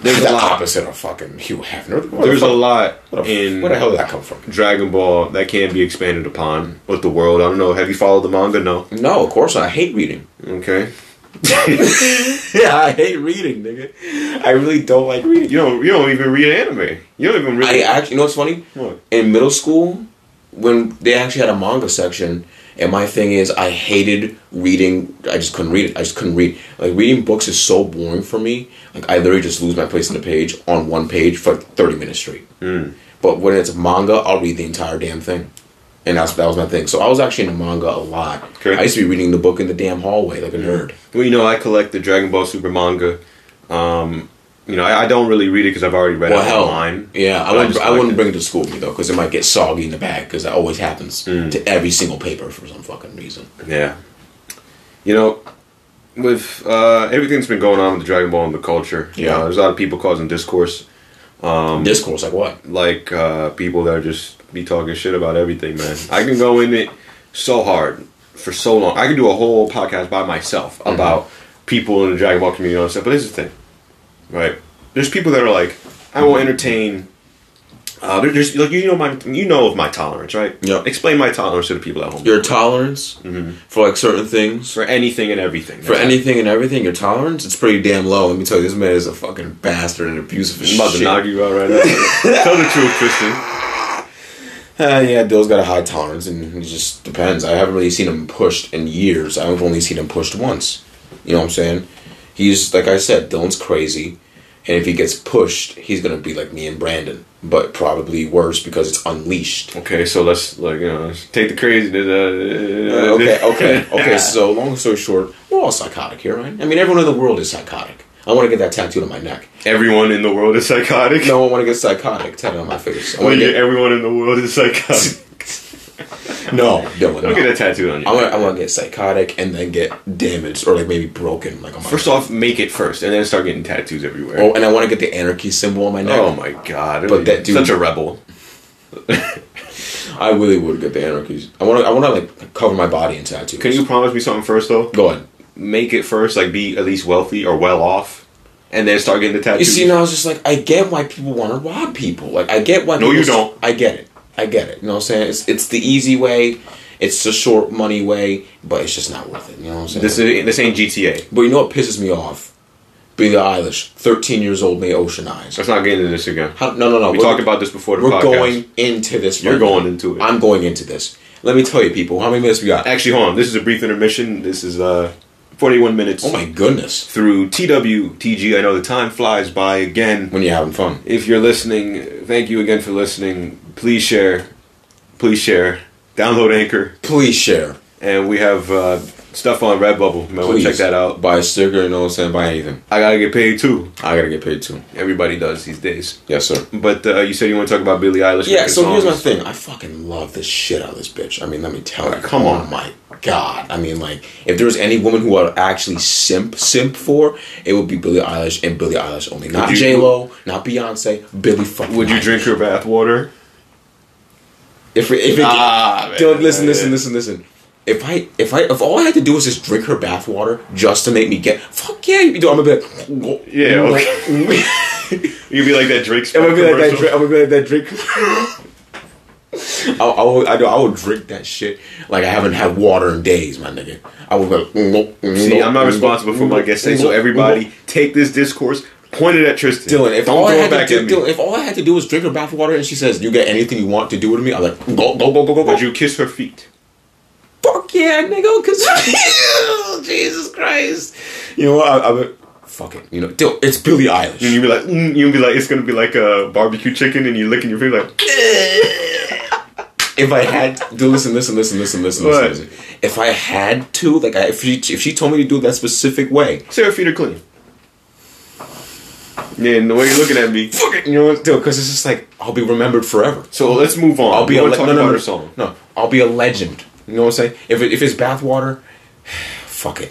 [SPEAKER 1] There's
[SPEAKER 2] the
[SPEAKER 1] a lot.
[SPEAKER 2] opposite of fucking Hugh Hefner. What
[SPEAKER 1] There's
[SPEAKER 2] the
[SPEAKER 1] a
[SPEAKER 2] fuck-
[SPEAKER 1] lot
[SPEAKER 2] What the,
[SPEAKER 1] in
[SPEAKER 2] where the hell did that come from?
[SPEAKER 1] Dragon Ball that can be expanded upon with the world. I don't know. Have you followed the manga? No.
[SPEAKER 2] No, of course not. I hate reading.
[SPEAKER 1] Okay.
[SPEAKER 2] *laughs* Yeah, I hate reading, nigga. I really don't like reading.
[SPEAKER 1] You don't. You don't even read anime. You don't even
[SPEAKER 2] I
[SPEAKER 1] really.
[SPEAKER 2] actually, you know what's funny?
[SPEAKER 1] What?
[SPEAKER 2] In middle school, when they actually had a manga section, and my thing is, I hated reading. I just couldn't read it. I just couldn't read. Like reading books is so boring for me. Like I literally just lose my place in the page on
[SPEAKER 1] Hmm.
[SPEAKER 2] one page for like thirty minutes straight. But when it's manga, I'll read the entire damn thing. and that's that was my thing. So I was actually in manga a lot.
[SPEAKER 1] Correct.
[SPEAKER 2] I used to be reading the book in the damn hallway like a
[SPEAKER 1] Hmm.
[SPEAKER 2] nerd.
[SPEAKER 1] Well, you know, I collect the Dragon Ball Super manga. Um, you know, I, I don't really read it because I've already read
[SPEAKER 2] Well,
[SPEAKER 1] it
[SPEAKER 2] hell,
[SPEAKER 1] online.
[SPEAKER 2] yeah, I
[SPEAKER 1] But
[SPEAKER 2] wouldn't.
[SPEAKER 1] just
[SPEAKER 2] I,
[SPEAKER 1] like
[SPEAKER 2] wouldn't
[SPEAKER 1] it.
[SPEAKER 2] bring it to school with me though, because it might get soggy in the back, because that always happens
[SPEAKER 1] Mm.
[SPEAKER 2] to every single paper for some fucking reason.
[SPEAKER 1] Yeah. You know, with uh, everything that's been going on with the Dragon Ball and the culture, you
[SPEAKER 2] Yeah.
[SPEAKER 1] know, there's a lot of people causing discourse, Um,
[SPEAKER 2] Discourse, like what?
[SPEAKER 1] like uh, people that are just be talking shit about everything, man. I can go in it so hard for so long. I can do a whole podcast by myself
[SPEAKER 2] Mm-hmm.
[SPEAKER 1] about people in the Dragon Ball community and stuff. But here's the thing, right? There's people that are like, I won't entertain. Uh, there- there's like you know my you know of my tolerance, right?
[SPEAKER 2] Yeah.
[SPEAKER 1] Explain my tolerance to the people at home
[SPEAKER 2] Your tolerance
[SPEAKER 1] Mm-hmm.
[SPEAKER 2] for like certain things,
[SPEAKER 1] for anything and everything.
[SPEAKER 2] for
[SPEAKER 1] That's-
[SPEAKER 2] anything and everything. Your tolerance, it's pretty damn low. Let me tell you, this man is a fucking bastard and abusive as
[SPEAKER 1] I'm about to
[SPEAKER 2] shit.
[SPEAKER 1] knock you out right
[SPEAKER 2] *laughs*
[SPEAKER 1] now. Tell the truth, Tristan.
[SPEAKER 2] Uh, yeah, Dill's got a high tolerance, and it just depends. I haven't really seen him pushed in years. I've only seen him pushed once. You know what I'm saying? He's like I said, Dylan's crazy, and if he gets pushed, he's gonna be like me and Brandon, but probably worse because it's
[SPEAKER 1] *laughs*
[SPEAKER 2] unleashed.
[SPEAKER 1] Okay, so let's like you know let's take the crazy. to the-
[SPEAKER 2] Uh, okay, okay,
[SPEAKER 1] *laughs*
[SPEAKER 2] okay. So long story short, we're all psychotic here, right? I mean, everyone in the world is psychotic. I want to get that tattooed on my neck.
[SPEAKER 1] everyone in the world is psychotic.
[SPEAKER 2] No, I want to get psychotic tattooed on my face. I
[SPEAKER 1] Well,
[SPEAKER 2] want
[SPEAKER 1] yeah,
[SPEAKER 2] to
[SPEAKER 1] everyone in the world is
[SPEAKER 2] *laughs*
[SPEAKER 1] psychotic.
[SPEAKER 2] get no, Dylan.
[SPEAKER 1] Don't get
[SPEAKER 2] No.
[SPEAKER 1] a tattoo on you.
[SPEAKER 2] I want, I want to get psychotic and then get damaged or like maybe broken, like on my
[SPEAKER 1] First off, make it first, and then start getting tattoos everywhere.
[SPEAKER 2] Oh, and I want to get the anarchy symbol on my neck.
[SPEAKER 1] Oh my god!
[SPEAKER 2] But that dude-
[SPEAKER 1] such a rebel.
[SPEAKER 2] *laughs* I really would get the anarchy. I want to. I want to like cover my body in tattoos.
[SPEAKER 1] Can you promise me something first though?
[SPEAKER 2] go ahead?
[SPEAKER 1] Make it first, like be at least wealthy or well off, and then start getting the
[SPEAKER 2] You
[SPEAKER 1] tattoos.
[SPEAKER 2] see, now I was just like, I get why people want to rob people. Like, I get why.
[SPEAKER 1] No, you
[SPEAKER 2] people-
[SPEAKER 1] don't.
[SPEAKER 2] I get it. I get it. You know what I'm saying? It's it's the easy way. It's the short money way, but it's just not worth it. You know what I'm saying?
[SPEAKER 1] this is this ain't GTA.
[SPEAKER 2] but you know what pisses me off? Billie Eilish, 13 years old, made ocean eyes.
[SPEAKER 1] Let's not get into this again.
[SPEAKER 2] How, no, no, no.
[SPEAKER 1] We
[SPEAKER 2] we're-
[SPEAKER 1] talked about this before the
[SPEAKER 2] We're
[SPEAKER 1] podcast.
[SPEAKER 2] going into this.
[SPEAKER 1] You're
[SPEAKER 2] right
[SPEAKER 1] going
[SPEAKER 2] now.
[SPEAKER 1] into it.
[SPEAKER 2] I'm going into this. Let me tell you, people. How many minutes we got?
[SPEAKER 1] Actually, hold on. This is a brief intermission. This is uh, 41 minutes
[SPEAKER 2] Oh my goodness!
[SPEAKER 1] through TWTG. I know the time flies by again.
[SPEAKER 2] When you're having fun.
[SPEAKER 1] If you're listening, thank you again for listening. Please share. Please share. Download Anchor.
[SPEAKER 2] please share.
[SPEAKER 1] And we have uh, stuff on Redbubble. You might want
[SPEAKER 2] Please
[SPEAKER 1] to check that out.
[SPEAKER 2] Buy a sticker, you know what I'm saying? Buy anything.
[SPEAKER 1] I got to get paid too.
[SPEAKER 2] I gotta get paid too.
[SPEAKER 1] Everybody does these days.
[SPEAKER 2] Yes, sir.
[SPEAKER 1] But uh, you said you want to talk about Billie Eilish.
[SPEAKER 2] Yeah,
[SPEAKER 1] making
[SPEAKER 2] so here's my
[SPEAKER 1] songs.
[SPEAKER 2] thing. I fucking love this shit out of this bitch. I mean, let me tell you.
[SPEAKER 1] Come
[SPEAKER 2] oh
[SPEAKER 1] on.
[SPEAKER 2] my god. I mean, like, if there was any woman who I would actually simp simp for, it would be Billie Eilish and Billie Eilish only. Not
[SPEAKER 1] you-
[SPEAKER 2] J Lo, not Beyonce, Billie fucking.
[SPEAKER 1] Would you
[SPEAKER 2] Eilish.
[SPEAKER 1] drink her bath water?
[SPEAKER 2] If it, if it,
[SPEAKER 1] Ah, man.
[SPEAKER 2] Dude, listen, listen, listen, listen. If I, if I, if all I had to do was just drink her bathwater just to make me get, fuck yeah, you do. I'm gonna be like,
[SPEAKER 1] Yeah, You'd be like that Drake.
[SPEAKER 2] *laughs* I'm gonna be like that.
[SPEAKER 1] commercial.
[SPEAKER 2] Drink, I'm gonna be like that drink. *laughs* I, I, would, I, do, I would drink that shit like I haven't had water in days, my nigga. I would go.
[SPEAKER 1] See, I'm not responsible for my guest say so. Everybody, take this discourse, point it at Tristan.
[SPEAKER 2] Dylan, if
[SPEAKER 1] don't
[SPEAKER 2] all I
[SPEAKER 1] throw
[SPEAKER 2] had
[SPEAKER 1] it back
[SPEAKER 2] to
[SPEAKER 1] at
[SPEAKER 2] do, Dylan,
[SPEAKER 1] me.
[SPEAKER 2] if all I had to do was drink her bath water, and she says, "You get anything you want to do with me," I'm like, "Go, go, go, go, go, go."
[SPEAKER 1] Would you kiss her feet?
[SPEAKER 2] fuck yeah,
[SPEAKER 1] *laughs*
[SPEAKER 2] nigga, *laughs* because Jesus Christ. You know what? I, I would, fuck it. You know, dude, it's Billie
[SPEAKER 1] And *laughs*
[SPEAKER 2] Eilish.
[SPEAKER 1] you'd be like, mm, you'd be like, it's gonna be like a barbecue chicken, and you licking your finger like,
[SPEAKER 2] If I had, dude, listen, listen, listen, listen, listen,
[SPEAKER 1] What?
[SPEAKER 2] listen, listen. If I had to, like, I, if she if she told me to do it that specific way,
[SPEAKER 1] say her feet are clean. Yeah, and the way you're looking at me.
[SPEAKER 2] fuck it, you know what, dude? Because it's just like I'll be remembered forever.
[SPEAKER 1] So let's move on.
[SPEAKER 2] I'll be
[SPEAKER 1] we
[SPEAKER 2] a
[SPEAKER 1] wanna
[SPEAKER 2] le-
[SPEAKER 1] talk
[SPEAKER 2] no, no,
[SPEAKER 1] about
[SPEAKER 2] no,
[SPEAKER 1] her song.
[SPEAKER 2] No, I'll be a legend. You know what I'm saying? If it, if it's bathwater, *sighs* fuck it.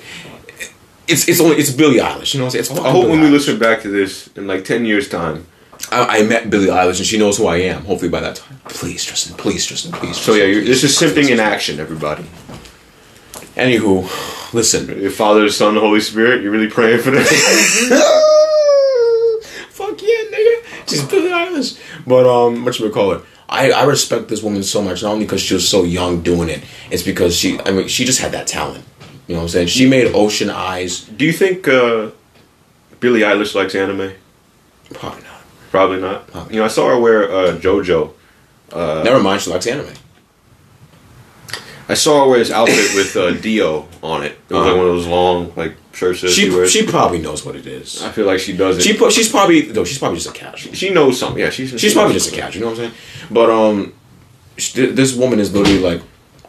[SPEAKER 2] It's it's only it's Billie Eilish. You know what I'm saying? It's
[SPEAKER 1] I
[SPEAKER 2] fucking
[SPEAKER 1] hope
[SPEAKER 2] Billie
[SPEAKER 1] when we
[SPEAKER 2] Eilish.
[SPEAKER 1] listen back to this in like ten years' time.
[SPEAKER 2] I, I met Billie Eilish and she knows who I am. Hopefully by that time. Please, Tristan. Please, Tristan. Please.
[SPEAKER 1] So
[SPEAKER 2] Tristan,
[SPEAKER 1] yeah, you're, this is simping in
[SPEAKER 2] Tristan.
[SPEAKER 1] action, everybody.
[SPEAKER 2] Anywho, listen.
[SPEAKER 1] Your Father, Son, the Holy Spirit. You're really praying for *laughs* this.
[SPEAKER 2] *laughs* Fuck yeah, nigga. She's Billie Eilish. But um, what you call it? I, I respect this woman so much, not only because she was so young doing it, it's because she I mean she just had that talent. You know what I'm saying? She made ocean eyes.
[SPEAKER 1] Do you think uh, Billie Eilish likes anime?
[SPEAKER 2] Probably not.
[SPEAKER 1] Probably not. You know, I saw her wear uh, JoJo.
[SPEAKER 2] Never mind, she likes anime.
[SPEAKER 1] I saw her wear this outfit with *laughs* uh, Dio on it. It was like one of those long like shirts that Uh-huh. she,
[SPEAKER 2] She
[SPEAKER 1] wears.
[SPEAKER 2] she probably knows what it is.
[SPEAKER 1] I feel like she does it.
[SPEAKER 2] She
[SPEAKER 1] She,
[SPEAKER 2] pro- she's probably no, she's probably just a casual.
[SPEAKER 1] knows something. Yeah, she's
[SPEAKER 2] She's probably just a catch, you know what I'm saying? But um she, this woman is literally like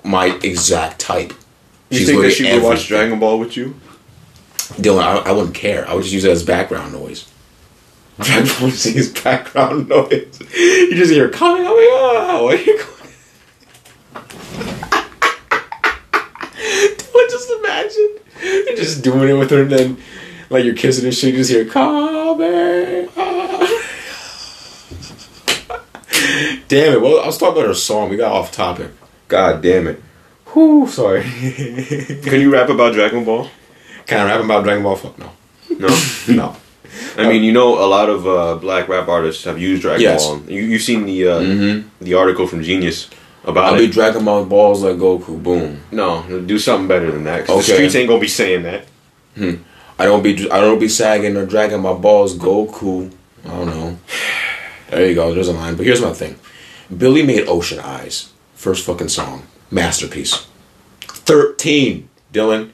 [SPEAKER 2] my exact type.
[SPEAKER 1] You
[SPEAKER 2] She's
[SPEAKER 1] think that
[SPEAKER 2] literally
[SPEAKER 1] she would watch
[SPEAKER 2] everything.
[SPEAKER 1] Dragon Ball with you?
[SPEAKER 2] Dylan, I, I wouldn't care. I would just use it as background noise. *laughs* Dragon Ball Z is background noise. You just hear coming. I'm like, oh, what are you going? *laughs* Dylan, just imagine you're just doing it with her, and then like you're kissing and shit. You just hear coming. *laughs* Damn it! Well, I was talking about her song. We got off topic.
[SPEAKER 1] God damn it!
[SPEAKER 2] Whew, sorry. *laughs*
[SPEAKER 1] Can you rap about Dragon Ball?
[SPEAKER 2] Can I rap about Dragon Ball? Fuck no.
[SPEAKER 1] No.
[SPEAKER 2] No.
[SPEAKER 1] I mean, you know, a lot of uh, black rap artists have used Dragon
[SPEAKER 2] Yes.
[SPEAKER 1] Ball. You, you've seen the uh, the article from Genius about
[SPEAKER 2] I'll
[SPEAKER 1] it.
[SPEAKER 2] be Dragon Ball balls like Goku. Boom.
[SPEAKER 1] no, do something better than that. 'cause
[SPEAKER 2] Okay.
[SPEAKER 1] The streets ain't gonna be saying that.
[SPEAKER 2] I don't be I don't be sagging or dragging my balls. Goku. I don't know. There you go. There's a line. But here's my thing. Billy made Ocean Eyes. First fucking song. Masterpiece. Thirteen. Dylan.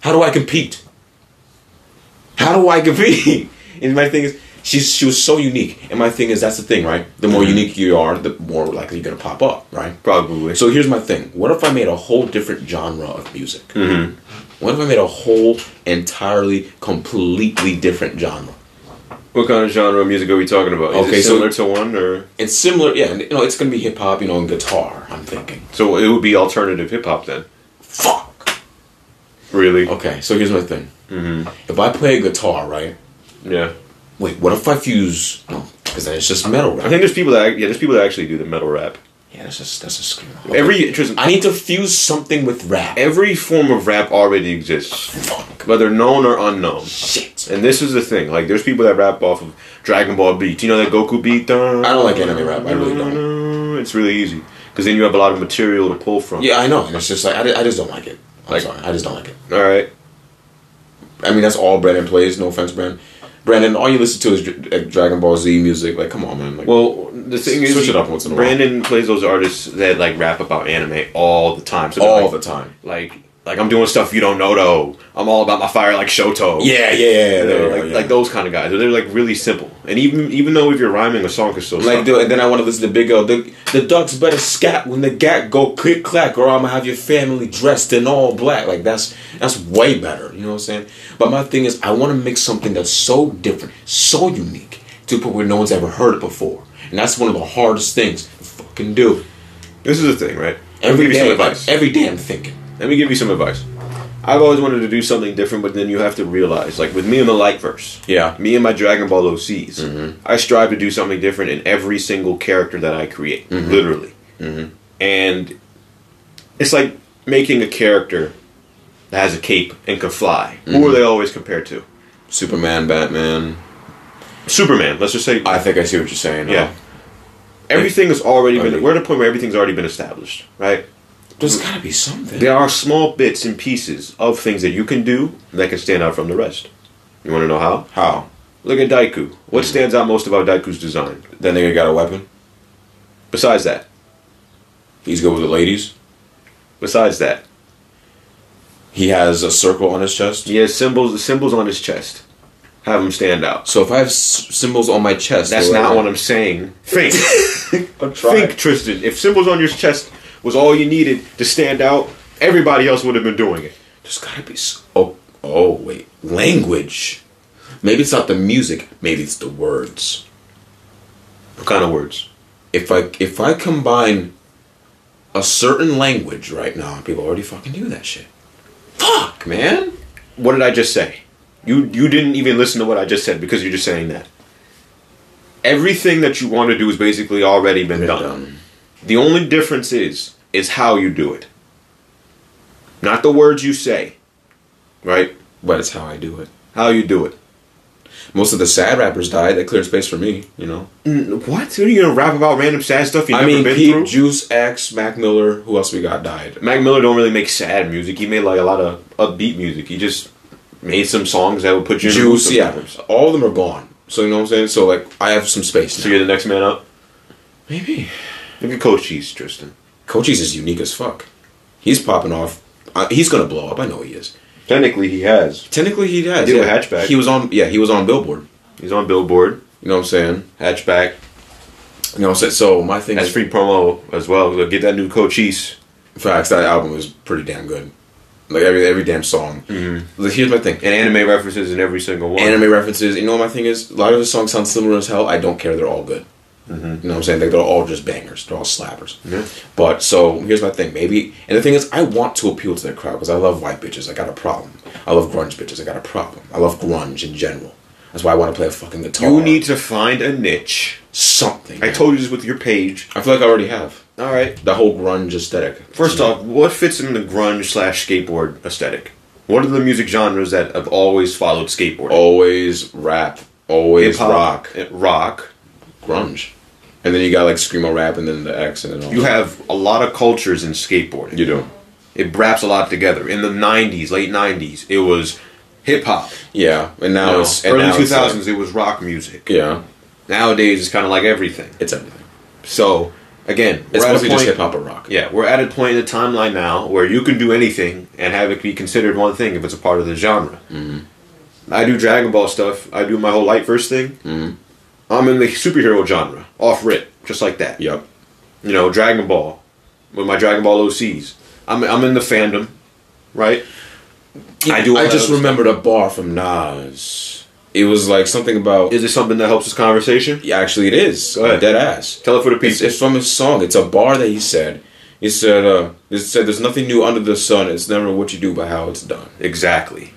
[SPEAKER 2] How do I compete? How do I compete? *laughs* And my thing is, she's she was so unique. And my thing is, that's the thing, right? The more
[SPEAKER 1] Mm-hmm.
[SPEAKER 2] unique you are, the more likely you're gonna pop up, right?
[SPEAKER 1] Probably.
[SPEAKER 2] So here's my thing. What if I made a whole different genre of music? What if I made a whole, entirely, completely different genre?
[SPEAKER 1] what kind of genre of music are we talking about? Is
[SPEAKER 2] Okay,
[SPEAKER 1] it
[SPEAKER 2] so-
[SPEAKER 1] similar to one or
[SPEAKER 2] It's similar, yeah. and, You know, it's gonna be hip hop, you know, and guitar. I'm thinking,
[SPEAKER 1] so it would be alternative hip hop then. Oh,
[SPEAKER 2] fuck.
[SPEAKER 1] Really?
[SPEAKER 2] Okay, so here's my thing. Mm-hmm. If I play a guitar, right?
[SPEAKER 1] Yeah.
[SPEAKER 2] Wait, what if I fuse? No, because then it's just metal,
[SPEAKER 1] I
[SPEAKER 2] right?
[SPEAKER 1] think there's people that yeah, there's people that actually do the metal rap.
[SPEAKER 2] Yeah, that's just that's a scream.
[SPEAKER 1] Every just,
[SPEAKER 2] I need to fuse something with rap.
[SPEAKER 1] every form of rap already exists,
[SPEAKER 2] fuck.
[SPEAKER 1] whether known or unknown.
[SPEAKER 2] Shit.
[SPEAKER 1] And this is the thing, like there's people that rap off of Dragon Ball beats. You know that Goku beat?
[SPEAKER 2] I don't like anime rap. I really don't.
[SPEAKER 1] It's really easy because then you have a lot of material to pull from.
[SPEAKER 2] Yeah, I know, and it's just like I, di- I just don't like it. I'm
[SPEAKER 1] Like-
[SPEAKER 2] sorry, I just don't like it.
[SPEAKER 1] All right.
[SPEAKER 2] I mean, that's all Brandon plays. No offense, Brandon. Brandon, all you listen to is Dra- uh, Dragon Ball Z music. Like, come on, man. Like,
[SPEAKER 1] Well, the thing is,
[SPEAKER 2] Switch it up once in a while.
[SPEAKER 1] Brandon plays those artists that like rap about anime all the time. So
[SPEAKER 2] all
[SPEAKER 1] like,
[SPEAKER 2] the time.
[SPEAKER 1] Like, like I'm doing stuff you don't know though. I'm all about my fire like Shoto.
[SPEAKER 2] Yeah, yeah, yeah. yeah,
[SPEAKER 1] You know,
[SPEAKER 2] there you
[SPEAKER 1] like,
[SPEAKER 2] go, yeah.
[SPEAKER 1] like those kind of guys. They're like really simple, and even even though if you're rhyming, a song is so
[SPEAKER 2] Like,
[SPEAKER 1] simple.
[SPEAKER 2] dude, and then I want to listen to Big O. The, the ducks better scat when the gat go click clack, or I'm gonna have your family dressed in all black. Like that's that's way better. You know what I'm saying? But my thing is, I want to make something that's so different, so unique to a point where no one's ever heard it before, and that's one of the hardest things to fucking do.
[SPEAKER 1] this is the thing, right? Let me
[SPEAKER 2] Every
[SPEAKER 1] give you some
[SPEAKER 2] day,
[SPEAKER 1] advice.
[SPEAKER 2] every day I'm thinking.
[SPEAKER 1] Let me give you some advice. I've always wanted to do something different, but then you have to realize, like with me and the Lightverse,
[SPEAKER 2] Yeah.
[SPEAKER 1] me and my Dragon Ball OCs, I strive to do something different in every single character that I create, literally. And it's like making a character that has a cape and can fly. Who are they always compared to?
[SPEAKER 2] Superman, Batman.
[SPEAKER 1] Superman. Let's just say
[SPEAKER 2] I think I see what you're saying.
[SPEAKER 1] yeah.
[SPEAKER 2] huh?
[SPEAKER 1] Everything has already been.
[SPEAKER 2] Okay.
[SPEAKER 1] We're at a point where everything's already been established, right?
[SPEAKER 2] There's gotta be something.
[SPEAKER 1] There are small bits and pieces of things that you can do that can stand out from the rest. You want to know how?
[SPEAKER 2] How?
[SPEAKER 1] Look at Daiku. What stands out most about Daiku's design?
[SPEAKER 2] That nigga got a weapon.
[SPEAKER 1] Besides that,
[SPEAKER 2] He's good with the ladies.
[SPEAKER 1] besides that,
[SPEAKER 2] He has a circle on his chest.
[SPEAKER 1] he has symbols. Symbols on his chest have him stand out.
[SPEAKER 2] So if I have s- symbols on my chest,
[SPEAKER 1] That's
[SPEAKER 2] they're
[SPEAKER 1] not
[SPEAKER 2] like-
[SPEAKER 1] what I'm saying. *laughs* Think,
[SPEAKER 2] I'm
[SPEAKER 1] think, Tristan. If symbols on your chest was all you needed to stand out, everybody else would have been doing it.
[SPEAKER 2] There's gotta be. s- Oh, oh wait, language. Maybe it's not the music. Maybe it's the words.
[SPEAKER 1] What kind of words?
[SPEAKER 2] If I if I combine a certain language right now, people already fucking do that shit. Fuck, man.
[SPEAKER 1] What did I just say? You you didn't even listen to what I just said because you're just saying that. Everything that you want to do has basically already been done.
[SPEAKER 2] Done.
[SPEAKER 1] The only difference is is how you do it. Not the words you say. Right?
[SPEAKER 2] But it's how I do it.
[SPEAKER 1] How you do it.
[SPEAKER 2] Most of the sad rappers died. That cleared space for me. You know.
[SPEAKER 1] Mm, What? Are you gonna rap about random sad stuff you
[SPEAKER 2] I
[SPEAKER 1] never
[SPEAKER 2] mean,
[SPEAKER 1] been
[SPEAKER 2] Peep,
[SPEAKER 1] through?
[SPEAKER 2] Juice, X, Mac Miller. Who else we got died?
[SPEAKER 1] Mac Miller don't really make sad music. He made like a lot of upbeat music. He just made some songs that would put you in the mood
[SPEAKER 2] Juice, yeah.
[SPEAKER 1] sometimes.
[SPEAKER 2] All of them are gone. So you know what I'm saying. So like, I have some space.
[SPEAKER 1] So
[SPEAKER 2] Now.
[SPEAKER 1] you're the next man up.
[SPEAKER 2] Maybe.
[SPEAKER 1] Look at Coach Cheese, Tristan.
[SPEAKER 2] Cochise is unique as fuck. He's popping off. Uh, he's gonna blow up. I know he is.
[SPEAKER 1] Technically, he has.
[SPEAKER 2] Technically, he has.
[SPEAKER 1] did with
[SPEAKER 2] yeah.
[SPEAKER 1] Hatchback.
[SPEAKER 2] He was on. Yeah, he was on Billboard.
[SPEAKER 1] He's on Billboard.
[SPEAKER 2] You know what I'm saying?
[SPEAKER 1] Hatchback.
[SPEAKER 2] You know what I'm saying? So my thing
[SPEAKER 1] That's
[SPEAKER 2] is
[SPEAKER 1] free promo as well. Go Get that new Cochise.
[SPEAKER 2] facts. That album was pretty damn good. Like every every damn song. Mm-hmm. Like, here's my thing.
[SPEAKER 1] And anime references in every single one.
[SPEAKER 2] anime references. You know what my thing is? A lot of the songs sound similar as hell. I don't care. They're all good.
[SPEAKER 1] Mm-hmm.
[SPEAKER 2] You know what I'm saying? Like, they're all just bangers. They're all slappers. But so here's my thing. Maybe and the thing is, I want to appeal to that crowd because I love white bitches. I got a problem. I love grunge bitches. I got a problem. I love grunge in general. That's why I want to play a fucking guitar.
[SPEAKER 1] You need to find a niche.
[SPEAKER 2] something.
[SPEAKER 1] I told you this with your page.
[SPEAKER 2] I feel like I already have
[SPEAKER 1] All right.
[SPEAKER 2] the whole grunge aesthetic.
[SPEAKER 1] First off, what fits in the grunge slash skateboard aesthetic? What are the music genres that have always followed skateboarding?
[SPEAKER 2] always rap, always
[SPEAKER 1] Hip-hop,
[SPEAKER 2] rock,
[SPEAKER 1] eh, Rock.
[SPEAKER 2] grunge, and then you got like screamo rap, and then the X, and then all.
[SPEAKER 1] You
[SPEAKER 2] that.
[SPEAKER 1] have a lot of cultures in skateboarding.
[SPEAKER 2] you do.
[SPEAKER 1] It wraps a lot together. In the 90s, late 90s, it was hip hop.
[SPEAKER 2] Yeah, and now
[SPEAKER 1] No,
[SPEAKER 2] it's and
[SPEAKER 1] early
[SPEAKER 2] now it's,
[SPEAKER 1] 2000s,
[SPEAKER 2] like-
[SPEAKER 1] it was rock music.
[SPEAKER 2] yeah,
[SPEAKER 1] uh, Nowadays, it's kind of like everything.
[SPEAKER 2] it's everything.
[SPEAKER 1] So, again,
[SPEAKER 2] It's
[SPEAKER 1] we're at a
[SPEAKER 2] mostly just
[SPEAKER 1] point-
[SPEAKER 2] hip hop or rock.
[SPEAKER 1] Yeah, we're at a point in the timeline now where you can do anything and have it be considered one thing if it's a part of the genre.
[SPEAKER 2] Mm-hmm.
[SPEAKER 1] I do Dragon Ball stuff. I do my whole Lightverse thing. I'm in the superhero genre, off rip, just like that.
[SPEAKER 2] Yep.
[SPEAKER 1] You know, Dragon Ball with my Dragon Ball OCs. I'm I'm in the fandom, right? I do all
[SPEAKER 2] I
[SPEAKER 1] that
[SPEAKER 2] just
[SPEAKER 1] other
[SPEAKER 2] remembered a bar from Nas. It was like something about.
[SPEAKER 1] Is it something that helps this conversation?
[SPEAKER 2] Yeah, actually, it is
[SPEAKER 1] Go ahead.
[SPEAKER 2] dead ass.
[SPEAKER 1] Tell it for the
[SPEAKER 2] It's,
[SPEAKER 1] people.
[SPEAKER 2] it's from his song. It's a bar that he said. He said, uh, "It said there's nothing new under the sun. It's never what you do, but how it's done.
[SPEAKER 1] exactly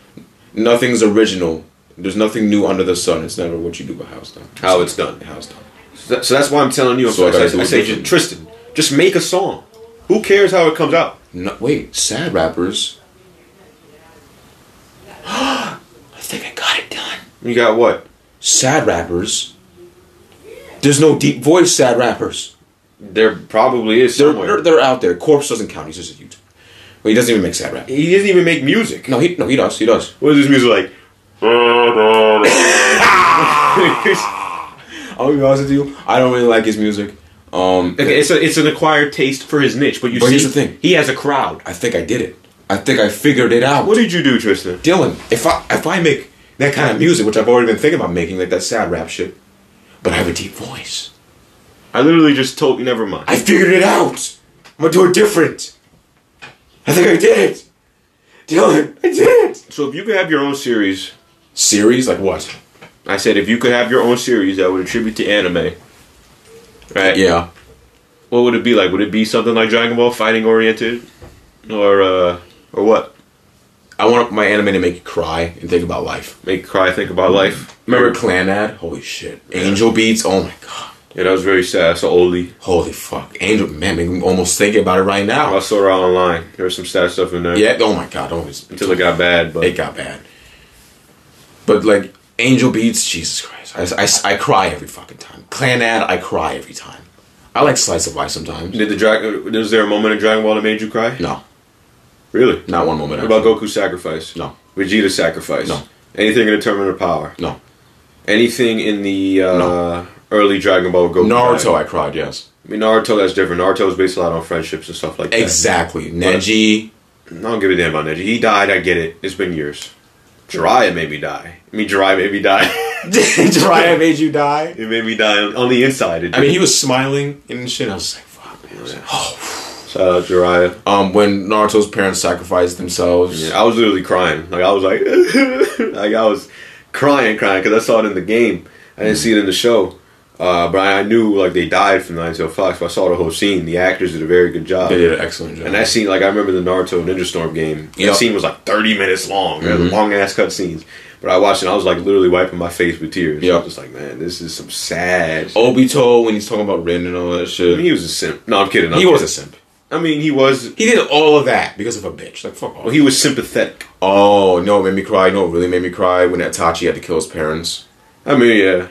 [SPEAKER 2] Nothing's original. There's nothing new under the sun. It's never what you do, but how it's done.
[SPEAKER 1] how it's done.
[SPEAKER 2] How it's done.
[SPEAKER 1] So so that's why I'm telling you. I'm
[SPEAKER 2] So I
[SPEAKER 1] so I,
[SPEAKER 2] gotta
[SPEAKER 1] say,
[SPEAKER 2] do
[SPEAKER 1] I
[SPEAKER 2] it
[SPEAKER 1] say
[SPEAKER 2] differently.
[SPEAKER 1] Tristan, just make a song. Who cares how it comes out?
[SPEAKER 2] No, wait, sad rappers. *gasps* I think I got it done.
[SPEAKER 1] You got what?
[SPEAKER 2] Sad rappers. There's no deep voice sad rappers.
[SPEAKER 1] There probably is
[SPEAKER 2] They're,
[SPEAKER 1] somewhere.
[SPEAKER 2] they're, they're out there. Corpse doesn't count. He's just a YouTuber. Well, he doesn't even make sad rap.
[SPEAKER 1] he doesn't even make music.
[SPEAKER 2] No, he no he does. He does.
[SPEAKER 1] What is his music like?
[SPEAKER 2] I'll be honest with you. I don't really like his music. Um,
[SPEAKER 1] okay, it's a, it's an acquired taste for his niche, but you
[SPEAKER 2] But
[SPEAKER 1] see,
[SPEAKER 2] here's the thing.
[SPEAKER 1] he has a crowd.
[SPEAKER 2] I think I did it. I think I figured it out.
[SPEAKER 1] What did you do, Tristan?
[SPEAKER 2] Dylan, if I if I make that kind of music, which I've already been thinking about making, like that sad rap shit, but I have a deep voice.
[SPEAKER 1] I literally just told you. Never mind.
[SPEAKER 2] I figured it out. I'm gonna do it different. I think I did it. Dylan, I did it.
[SPEAKER 1] so if you could have your own series,
[SPEAKER 2] Series like what?
[SPEAKER 1] I said if you could have your own series that would attribute to anime, right?
[SPEAKER 2] Yeah.
[SPEAKER 1] What would it be like? Would it be something like Dragon Ball fighting oriented, or uh, or what?
[SPEAKER 2] I want my anime to make you cry and think about life.
[SPEAKER 1] Make you cry, think about life.
[SPEAKER 2] Remember Clan Ad? Holy shit. Angel Beats? Oh my god.
[SPEAKER 1] Yeah, that was very sad. So Oli,
[SPEAKER 2] Holy fuck. Angel, man, make me almost thinking about it right
[SPEAKER 1] I
[SPEAKER 2] now.
[SPEAKER 1] saw her online. There was some sad stuff in there.
[SPEAKER 2] Yeah, oh my god, always.
[SPEAKER 1] Until it got bad, but
[SPEAKER 2] it got bad. But like Angel Beats, Jesus Christ, I, I, I cry every fucking time. Clan Ad, I cry every time. I like slice of life sometimes.
[SPEAKER 1] Did the dragon? Was there a moment in Dragon Ball that made you cry?
[SPEAKER 2] No,
[SPEAKER 1] Really?
[SPEAKER 2] not one moment.
[SPEAKER 1] What about
[SPEAKER 2] actually.
[SPEAKER 1] Goku's sacrifice?
[SPEAKER 2] No.
[SPEAKER 1] Vegeta's sacrifice?
[SPEAKER 2] No.
[SPEAKER 1] Anything in the Tournament of Power?
[SPEAKER 2] No,
[SPEAKER 1] Anything in the uh, early Dragon Ball Goku?
[SPEAKER 2] Naruto,
[SPEAKER 1] died?
[SPEAKER 2] I cried. Yes,
[SPEAKER 1] I mean, Naruto, that's different. Naruto is based a lot on friendships and stuff like that.
[SPEAKER 2] exactly. *laughs* Neji,
[SPEAKER 1] I don't give a damn about that. He died, I get it. It's been years. Jiraiya made me die. I mean, Jiraiya made me die. *laughs*
[SPEAKER 2] Jiraiya made you die.
[SPEAKER 1] it made me die on on the inside. It
[SPEAKER 2] I mean, he was smiling and shit. I was like, fuck. Man. I was like, oh.
[SPEAKER 1] Shout out Uh, Jiraiya.
[SPEAKER 2] Um, when Naruto's parents sacrificed themselves,
[SPEAKER 1] I was literally crying. Like I was like, *laughs* like I was crying, crying because I saw it in the game. I didn't see it in the show, uh, but I knew like they died from Nine Tail Fox. But I saw the whole scene. The actors did a very good job.
[SPEAKER 2] they did an excellent job.
[SPEAKER 1] And that scene, like I remember the Naruto Ninja Storm game.
[SPEAKER 2] Yep.
[SPEAKER 1] That scene was like thirty minutes long.
[SPEAKER 2] Mm-hmm.
[SPEAKER 1] Long ass cut scenes. But I watched it. I was like literally wiping my face with tears. I
[SPEAKER 2] Yep.
[SPEAKER 1] was just like, man, this is some sad. Oh.
[SPEAKER 2] Obito, when he's talking about Rin and all that shit,
[SPEAKER 1] He was a simp. No, I'm kidding. I'm
[SPEAKER 2] he was a
[SPEAKER 1] kidding.
[SPEAKER 2] simp.
[SPEAKER 1] I mean, he was.
[SPEAKER 2] He did all of that because of a bitch. Like fuck off.
[SPEAKER 1] Well, he was sympathetic.
[SPEAKER 2] Oh no, it made me cry. No, it really made me cry when Itachi had to kill his parents.
[SPEAKER 1] I mean, yeah.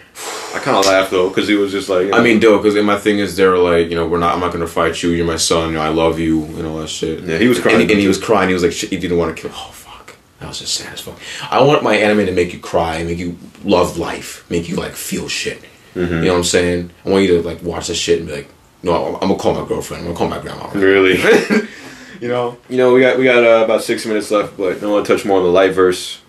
[SPEAKER 1] I kind of laughed though because he was just like. you
[SPEAKER 2] I
[SPEAKER 1] know,
[SPEAKER 2] mean, dope. Because my thing is, they were like, you know, we're not. I'm not gonna fight you. You're my son. You know, I love you, and all that shit.
[SPEAKER 1] Yeah, he was crying.
[SPEAKER 2] and, and he was crying. He was like, shit, he didn't want to kill. Oh fuck, that was just sad as fuck. I want my anime to make you cry, make you love life, make you like feel shit.
[SPEAKER 1] Mm-hmm.
[SPEAKER 2] You know what I'm saying? I want you to like watch this shit and be like, no, I'm, I'm gonna call my girlfriend. I'm gonna call my grandma. *laughs*
[SPEAKER 1] really.
[SPEAKER 2] You know.
[SPEAKER 1] *laughs* you know, we got we got uh, about six minutes left, but I want to touch more on the light verse.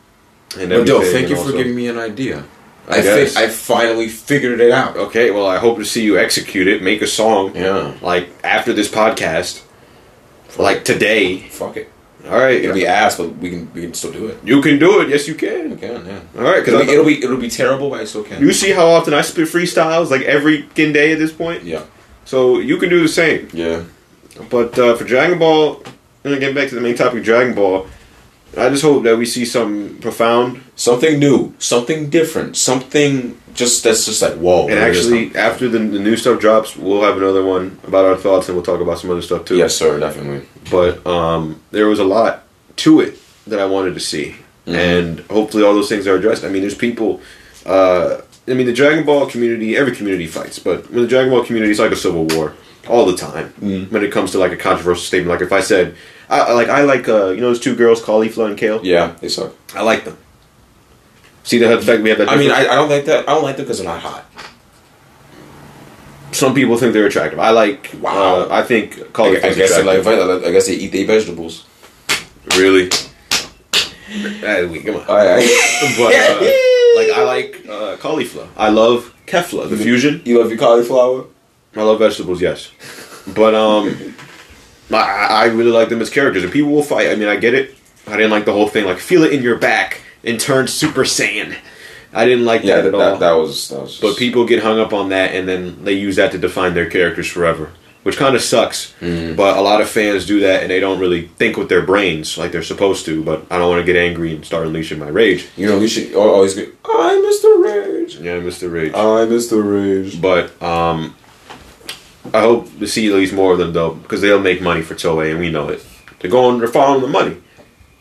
[SPEAKER 1] And
[SPEAKER 2] But dope.
[SPEAKER 1] everything,
[SPEAKER 2] Thank
[SPEAKER 1] and
[SPEAKER 2] you for
[SPEAKER 1] also-
[SPEAKER 2] giving me an idea. I,
[SPEAKER 1] guess.
[SPEAKER 2] fi- I finally figured it out.
[SPEAKER 1] Okay, well, I hope to see you execute it. Make a song.
[SPEAKER 2] Yeah.
[SPEAKER 1] Like after this podcast, like today.
[SPEAKER 2] Fuck it.
[SPEAKER 1] All right,
[SPEAKER 2] It'll be ass, but we can we can still do it.
[SPEAKER 1] you can do it. Yes, you can.
[SPEAKER 2] We can, yeah.
[SPEAKER 1] All right,
[SPEAKER 2] It'll
[SPEAKER 1] because
[SPEAKER 2] be, it'll be it'll be terrible, but I still can.
[SPEAKER 1] you see how often I spit freestyles like every fucking day at this point.
[SPEAKER 2] Yeah,
[SPEAKER 1] So you can do the same.
[SPEAKER 2] yeah.
[SPEAKER 1] But uh, for Dragon Ball, and again back to the main topic, Dragon Ball. I just hope that we see some profound
[SPEAKER 2] Something new, something different, something just that's just like whoa.
[SPEAKER 1] and
[SPEAKER 2] there it is
[SPEAKER 1] actually
[SPEAKER 2] now.
[SPEAKER 1] after the, the new stuff drops, we'll have another one about our thoughts and we'll talk about some other stuff too.
[SPEAKER 2] yes, sir, definitely.
[SPEAKER 1] but um, there was a lot to it that I wanted to see,
[SPEAKER 2] Mm-hmm.
[SPEAKER 1] and hopefully all those things are addressed. I mean, there's people. Uh, I mean, the Dragon Ball community, every community fights, but when the Dragon Ball community is like a civil war all the time
[SPEAKER 2] Mm-hmm.
[SPEAKER 1] when it comes to like a controversial statement. Like if I said, I I like I like uh, you know those two girls, Cauliflower and Kale.
[SPEAKER 2] Yeah, they suck.
[SPEAKER 1] I like them. See the fact we have that.
[SPEAKER 2] I mean, I,
[SPEAKER 1] difference?
[SPEAKER 2] I don't like that. I don't like them because they're not hot.
[SPEAKER 1] some people think they're attractive. I like.
[SPEAKER 2] Wow.
[SPEAKER 1] Uh, I think
[SPEAKER 2] I,
[SPEAKER 1] Cauliflower.
[SPEAKER 2] I guess they like. I guess they eat their vegetables.
[SPEAKER 1] really. Ah, we- come on.
[SPEAKER 2] All *laughs* right.
[SPEAKER 1] *laughs* But *laughs* uh, like I like uh, cauliflower. Mm-hmm. I love kefla, the fusion.
[SPEAKER 2] you love your cauliflower.
[SPEAKER 1] I love vegetables, yes. But um, I, I really like them as characters, and people will fight. I mean, I get it. I didn't like the whole thing, like feel it in your back and turn Super Saiyan. I didn't like
[SPEAKER 2] Yeah,
[SPEAKER 1] that at
[SPEAKER 2] that,
[SPEAKER 1] all.
[SPEAKER 2] that, that was that was. Just,
[SPEAKER 1] but people get hung up on that, and then they use that to define their characters forever, which kind of sucks. But a lot of fans do that, and they don't really think with their brains like they're supposed to. But I don't want to get angry and start unleashing my rage.
[SPEAKER 2] you know, you should always go. I Mr. Rage.
[SPEAKER 1] Yeah, Mr. Rage.
[SPEAKER 2] I Mr. Rage.
[SPEAKER 1] Um, But um, I hope to see at least more of them though, because they'll make money for Toei, and we know it. They're going, they're following the money.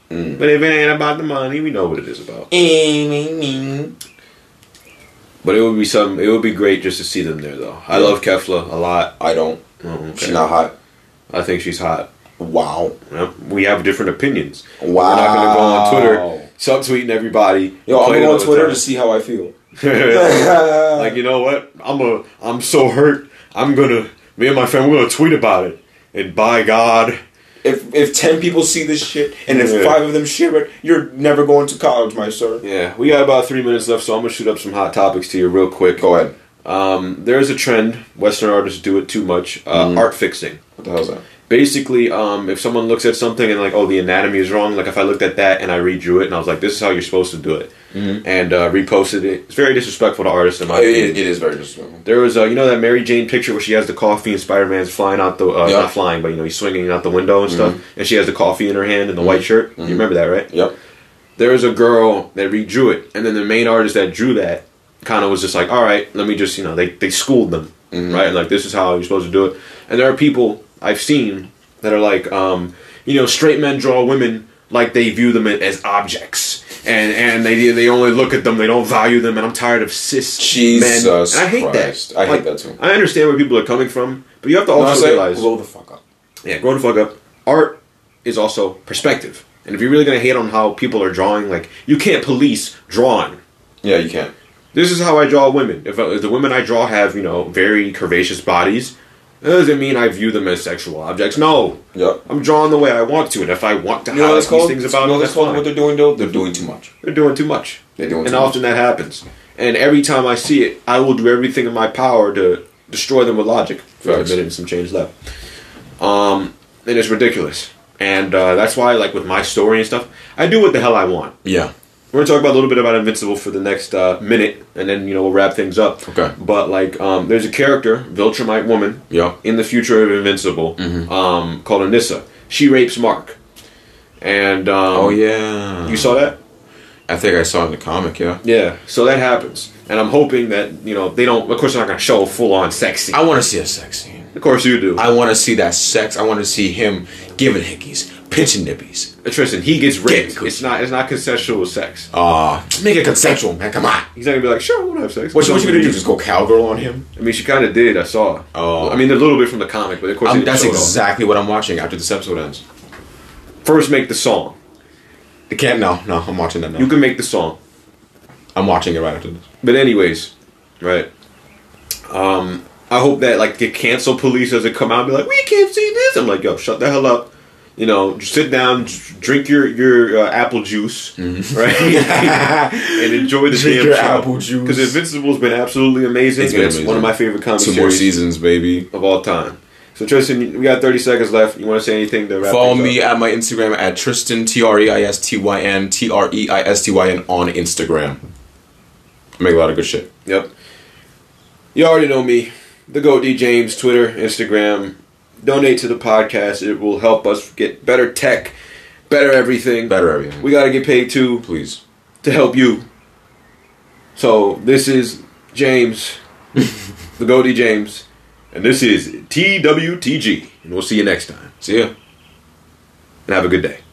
[SPEAKER 1] But if it ain't about the money, we know what it is about. But it would be some, it would be great just to see them there though. I love Kefla a lot.
[SPEAKER 2] I don't.
[SPEAKER 1] Oh, okay.
[SPEAKER 2] She's not hot.
[SPEAKER 1] I think she's hot.
[SPEAKER 2] Wow.
[SPEAKER 1] Yep. Uh, We have different opinions.
[SPEAKER 2] Wow.
[SPEAKER 1] We're not gonna go on Twitter subtweeting everybody.
[SPEAKER 2] Yo, I'm
[SPEAKER 1] Play it
[SPEAKER 2] going on
[SPEAKER 1] another
[SPEAKER 2] Twitter
[SPEAKER 1] time.
[SPEAKER 2] to see how I feel.
[SPEAKER 1] *laughs*
[SPEAKER 2] *laughs* uh,
[SPEAKER 1] like you know what i'm a i'm so hurt i'm gonna me and my friend we're gonna tweet about it and by god
[SPEAKER 2] If if ten people see this shit and if
[SPEAKER 1] Yeah.
[SPEAKER 2] five of them share it, you're never going to college, my sir.
[SPEAKER 1] yeah we got about three minutes left so i'm gonna shoot up some hot topics to you real quick
[SPEAKER 2] Go ahead.
[SPEAKER 1] um, there's a trend western artists do it too much uh, art fixing
[SPEAKER 2] What the hell's that?
[SPEAKER 1] basically um, if someone looks at something and like oh the anatomy is wrong like if i looked at that and i redrew it and i was like this is how you're supposed to do it and uh, reposted it it's very disrespectful to artists in my opinion
[SPEAKER 2] Uh, it is very disrespectful.
[SPEAKER 1] There was, uh, you know, that Mary Jane picture where she has the coffee and Spider Man's flying out the, uh,
[SPEAKER 2] Yeah.
[SPEAKER 1] not flying, but you know, he's swinging out the window and stuff, and she has the coffee in her hand and the white shirt. You remember that, right?
[SPEAKER 2] Yep.
[SPEAKER 1] There was a girl that redrew it, and then the main artist that drew that kind of was just like, all right, let me just, you know, they they schooled them,
[SPEAKER 2] Mm-hmm.
[SPEAKER 1] right? Like this is how you're supposed to do it. And there are people I've seen that are like, um, you know, straight men draw women like they view them as objects. And, and they they only look at them. They don't value them. And I'm tired of cis
[SPEAKER 2] Jesus
[SPEAKER 1] men. And I hate
[SPEAKER 2] Christ.
[SPEAKER 1] that.
[SPEAKER 2] I hate
[SPEAKER 1] Like,
[SPEAKER 2] that too.
[SPEAKER 1] I understand where people are coming from, but you have to
[SPEAKER 2] No, I was
[SPEAKER 1] also
[SPEAKER 2] like,
[SPEAKER 1] realize,
[SPEAKER 2] blow the fuck up.
[SPEAKER 1] yeah, grow the fuck up. Art is also perspective, and if you're really gonna hate on how people are drawing, like you can't police drawing.
[SPEAKER 2] Yeah, you can't.
[SPEAKER 1] This is how I draw women. If, if the women I draw have you know very curvaceous bodies, that doesn't mean I view them as sexual objects. No,
[SPEAKER 2] Yep. Uh,
[SPEAKER 1] I'm drawing the way I want to, and if I want to
[SPEAKER 2] You know
[SPEAKER 1] highlight
[SPEAKER 2] what it's
[SPEAKER 1] these
[SPEAKER 2] called?
[SPEAKER 1] things about
[SPEAKER 2] you know
[SPEAKER 1] them,
[SPEAKER 2] what
[SPEAKER 1] that's
[SPEAKER 2] it's called?
[SPEAKER 1] fine.
[SPEAKER 2] What they're doing though? They're doing too much.
[SPEAKER 1] They're doing too much.
[SPEAKER 2] They're doing
[SPEAKER 1] and
[SPEAKER 2] too
[SPEAKER 1] often that happens. And every time I see it, I will do everything in my power to destroy them with logic. For a
[SPEAKER 2] Facts.
[SPEAKER 1] minute and some change left. Um, and it's ridiculous. And uh, that's why, like with my story and stuff, I do what the hell I want.
[SPEAKER 2] Yeah.
[SPEAKER 1] We're gonna talk about a little bit about Invincible for the next uh, minute, and then you know we'll wrap things up.
[SPEAKER 2] Okay.
[SPEAKER 1] But like, um, there's a character, Viltrumite woman,
[SPEAKER 2] Yeah.
[SPEAKER 1] in the future of Invincible,
[SPEAKER 2] Mm-hmm.
[SPEAKER 1] um, called Anissa. She rapes Mark. And um,
[SPEAKER 2] Oh yeah.
[SPEAKER 1] you saw that?
[SPEAKER 2] I think I saw it in the comic. Yeah.
[SPEAKER 1] Yeah, so that happens, and I'm hoping that you know they don't. Of course, they're not going to show full on sex scene.
[SPEAKER 2] I want to see a sex scene.
[SPEAKER 1] Of course, you do.
[SPEAKER 2] I want to see that sex. I want to see him giving hickeys, pinching nippies.
[SPEAKER 1] Tristan, he gets raped.
[SPEAKER 2] Coochie.
[SPEAKER 1] It's not. It's not consensual sex.
[SPEAKER 2] Ah, make it consensual, man. Come on.
[SPEAKER 1] He's not going to be like, sure, I want to have sex.
[SPEAKER 2] What, you- what you gonna do? Just go cowgirl on him?
[SPEAKER 1] I mean, she kind of did. I saw.
[SPEAKER 2] Oh.
[SPEAKER 1] I mean, a little bit from the comic, but of course,
[SPEAKER 2] I'm-
[SPEAKER 1] they didn't
[SPEAKER 2] that's
[SPEAKER 1] show it all.
[SPEAKER 2] exactly what I'm watching after this episode ends.
[SPEAKER 1] First, make the song.
[SPEAKER 2] I can't. No, no. I'm watching that now.
[SPEAKER 1] You can make the song,
[SPEAKER 2] I'm watching it right after this.
[SPEAKER 1] but anyways, right? Um, I hope that like the cancel police doesn't come out and be like, we can't see this. I'm like, yo, shut the hell up. You know, just sit down, dr- drink your your uh, apple juice,
[SPEAKER 2] *laughs*
[SPEAKER 1] right, and enjoy the
[SPEAKER 2] Mm-hmm. Drink
[SPEAKER 1] damn
[SPEAKER 2] your
[SPEAKER 1] show.
[SPEAKER 2] apple juice.
[SPEAKER 1] Because Invincible's been absolutely amazing.
[SPEAKER 2] It's
[SPEAKER 1] It's,
[SPEAKER 2] been
[SPEAKER 1] it's one
[SPEAKER 2] amazing.
[SPEAKER 1] of my favorite comic
[SPEAKER 2] Two
[SPEAKER 1] series
[SPEAKER 2] more seasons, baby.
[SPEAKER 1] of all time. So Tristan, we got thirty seconds left. You want to say anything to wrap
[SPEAKER 2] Follow
[SPEAKER 1] things up?
[SPEAKER 2] me at my Instagram at Tristan T R E I S T Y N T R E I S T Y N on Instagram. I make a lot of good shit.
[SPEAKER 1] Yep. You already know me. The Goat D James, Twitter, Instagram. Donate to the podcast. It will help us get better tech, better everything.
[SPEAKER 2] Better everything.
[SPEAKER 1] We gotta get paid too
[SPEAKER 2] Please.
[SPEAKER 1] to help you. So this is James, the Goat D James, and this is TWTG. And we'll see you next time.
[SPEAKER 2] See ya.
[SPEAKER 1] And have a good day.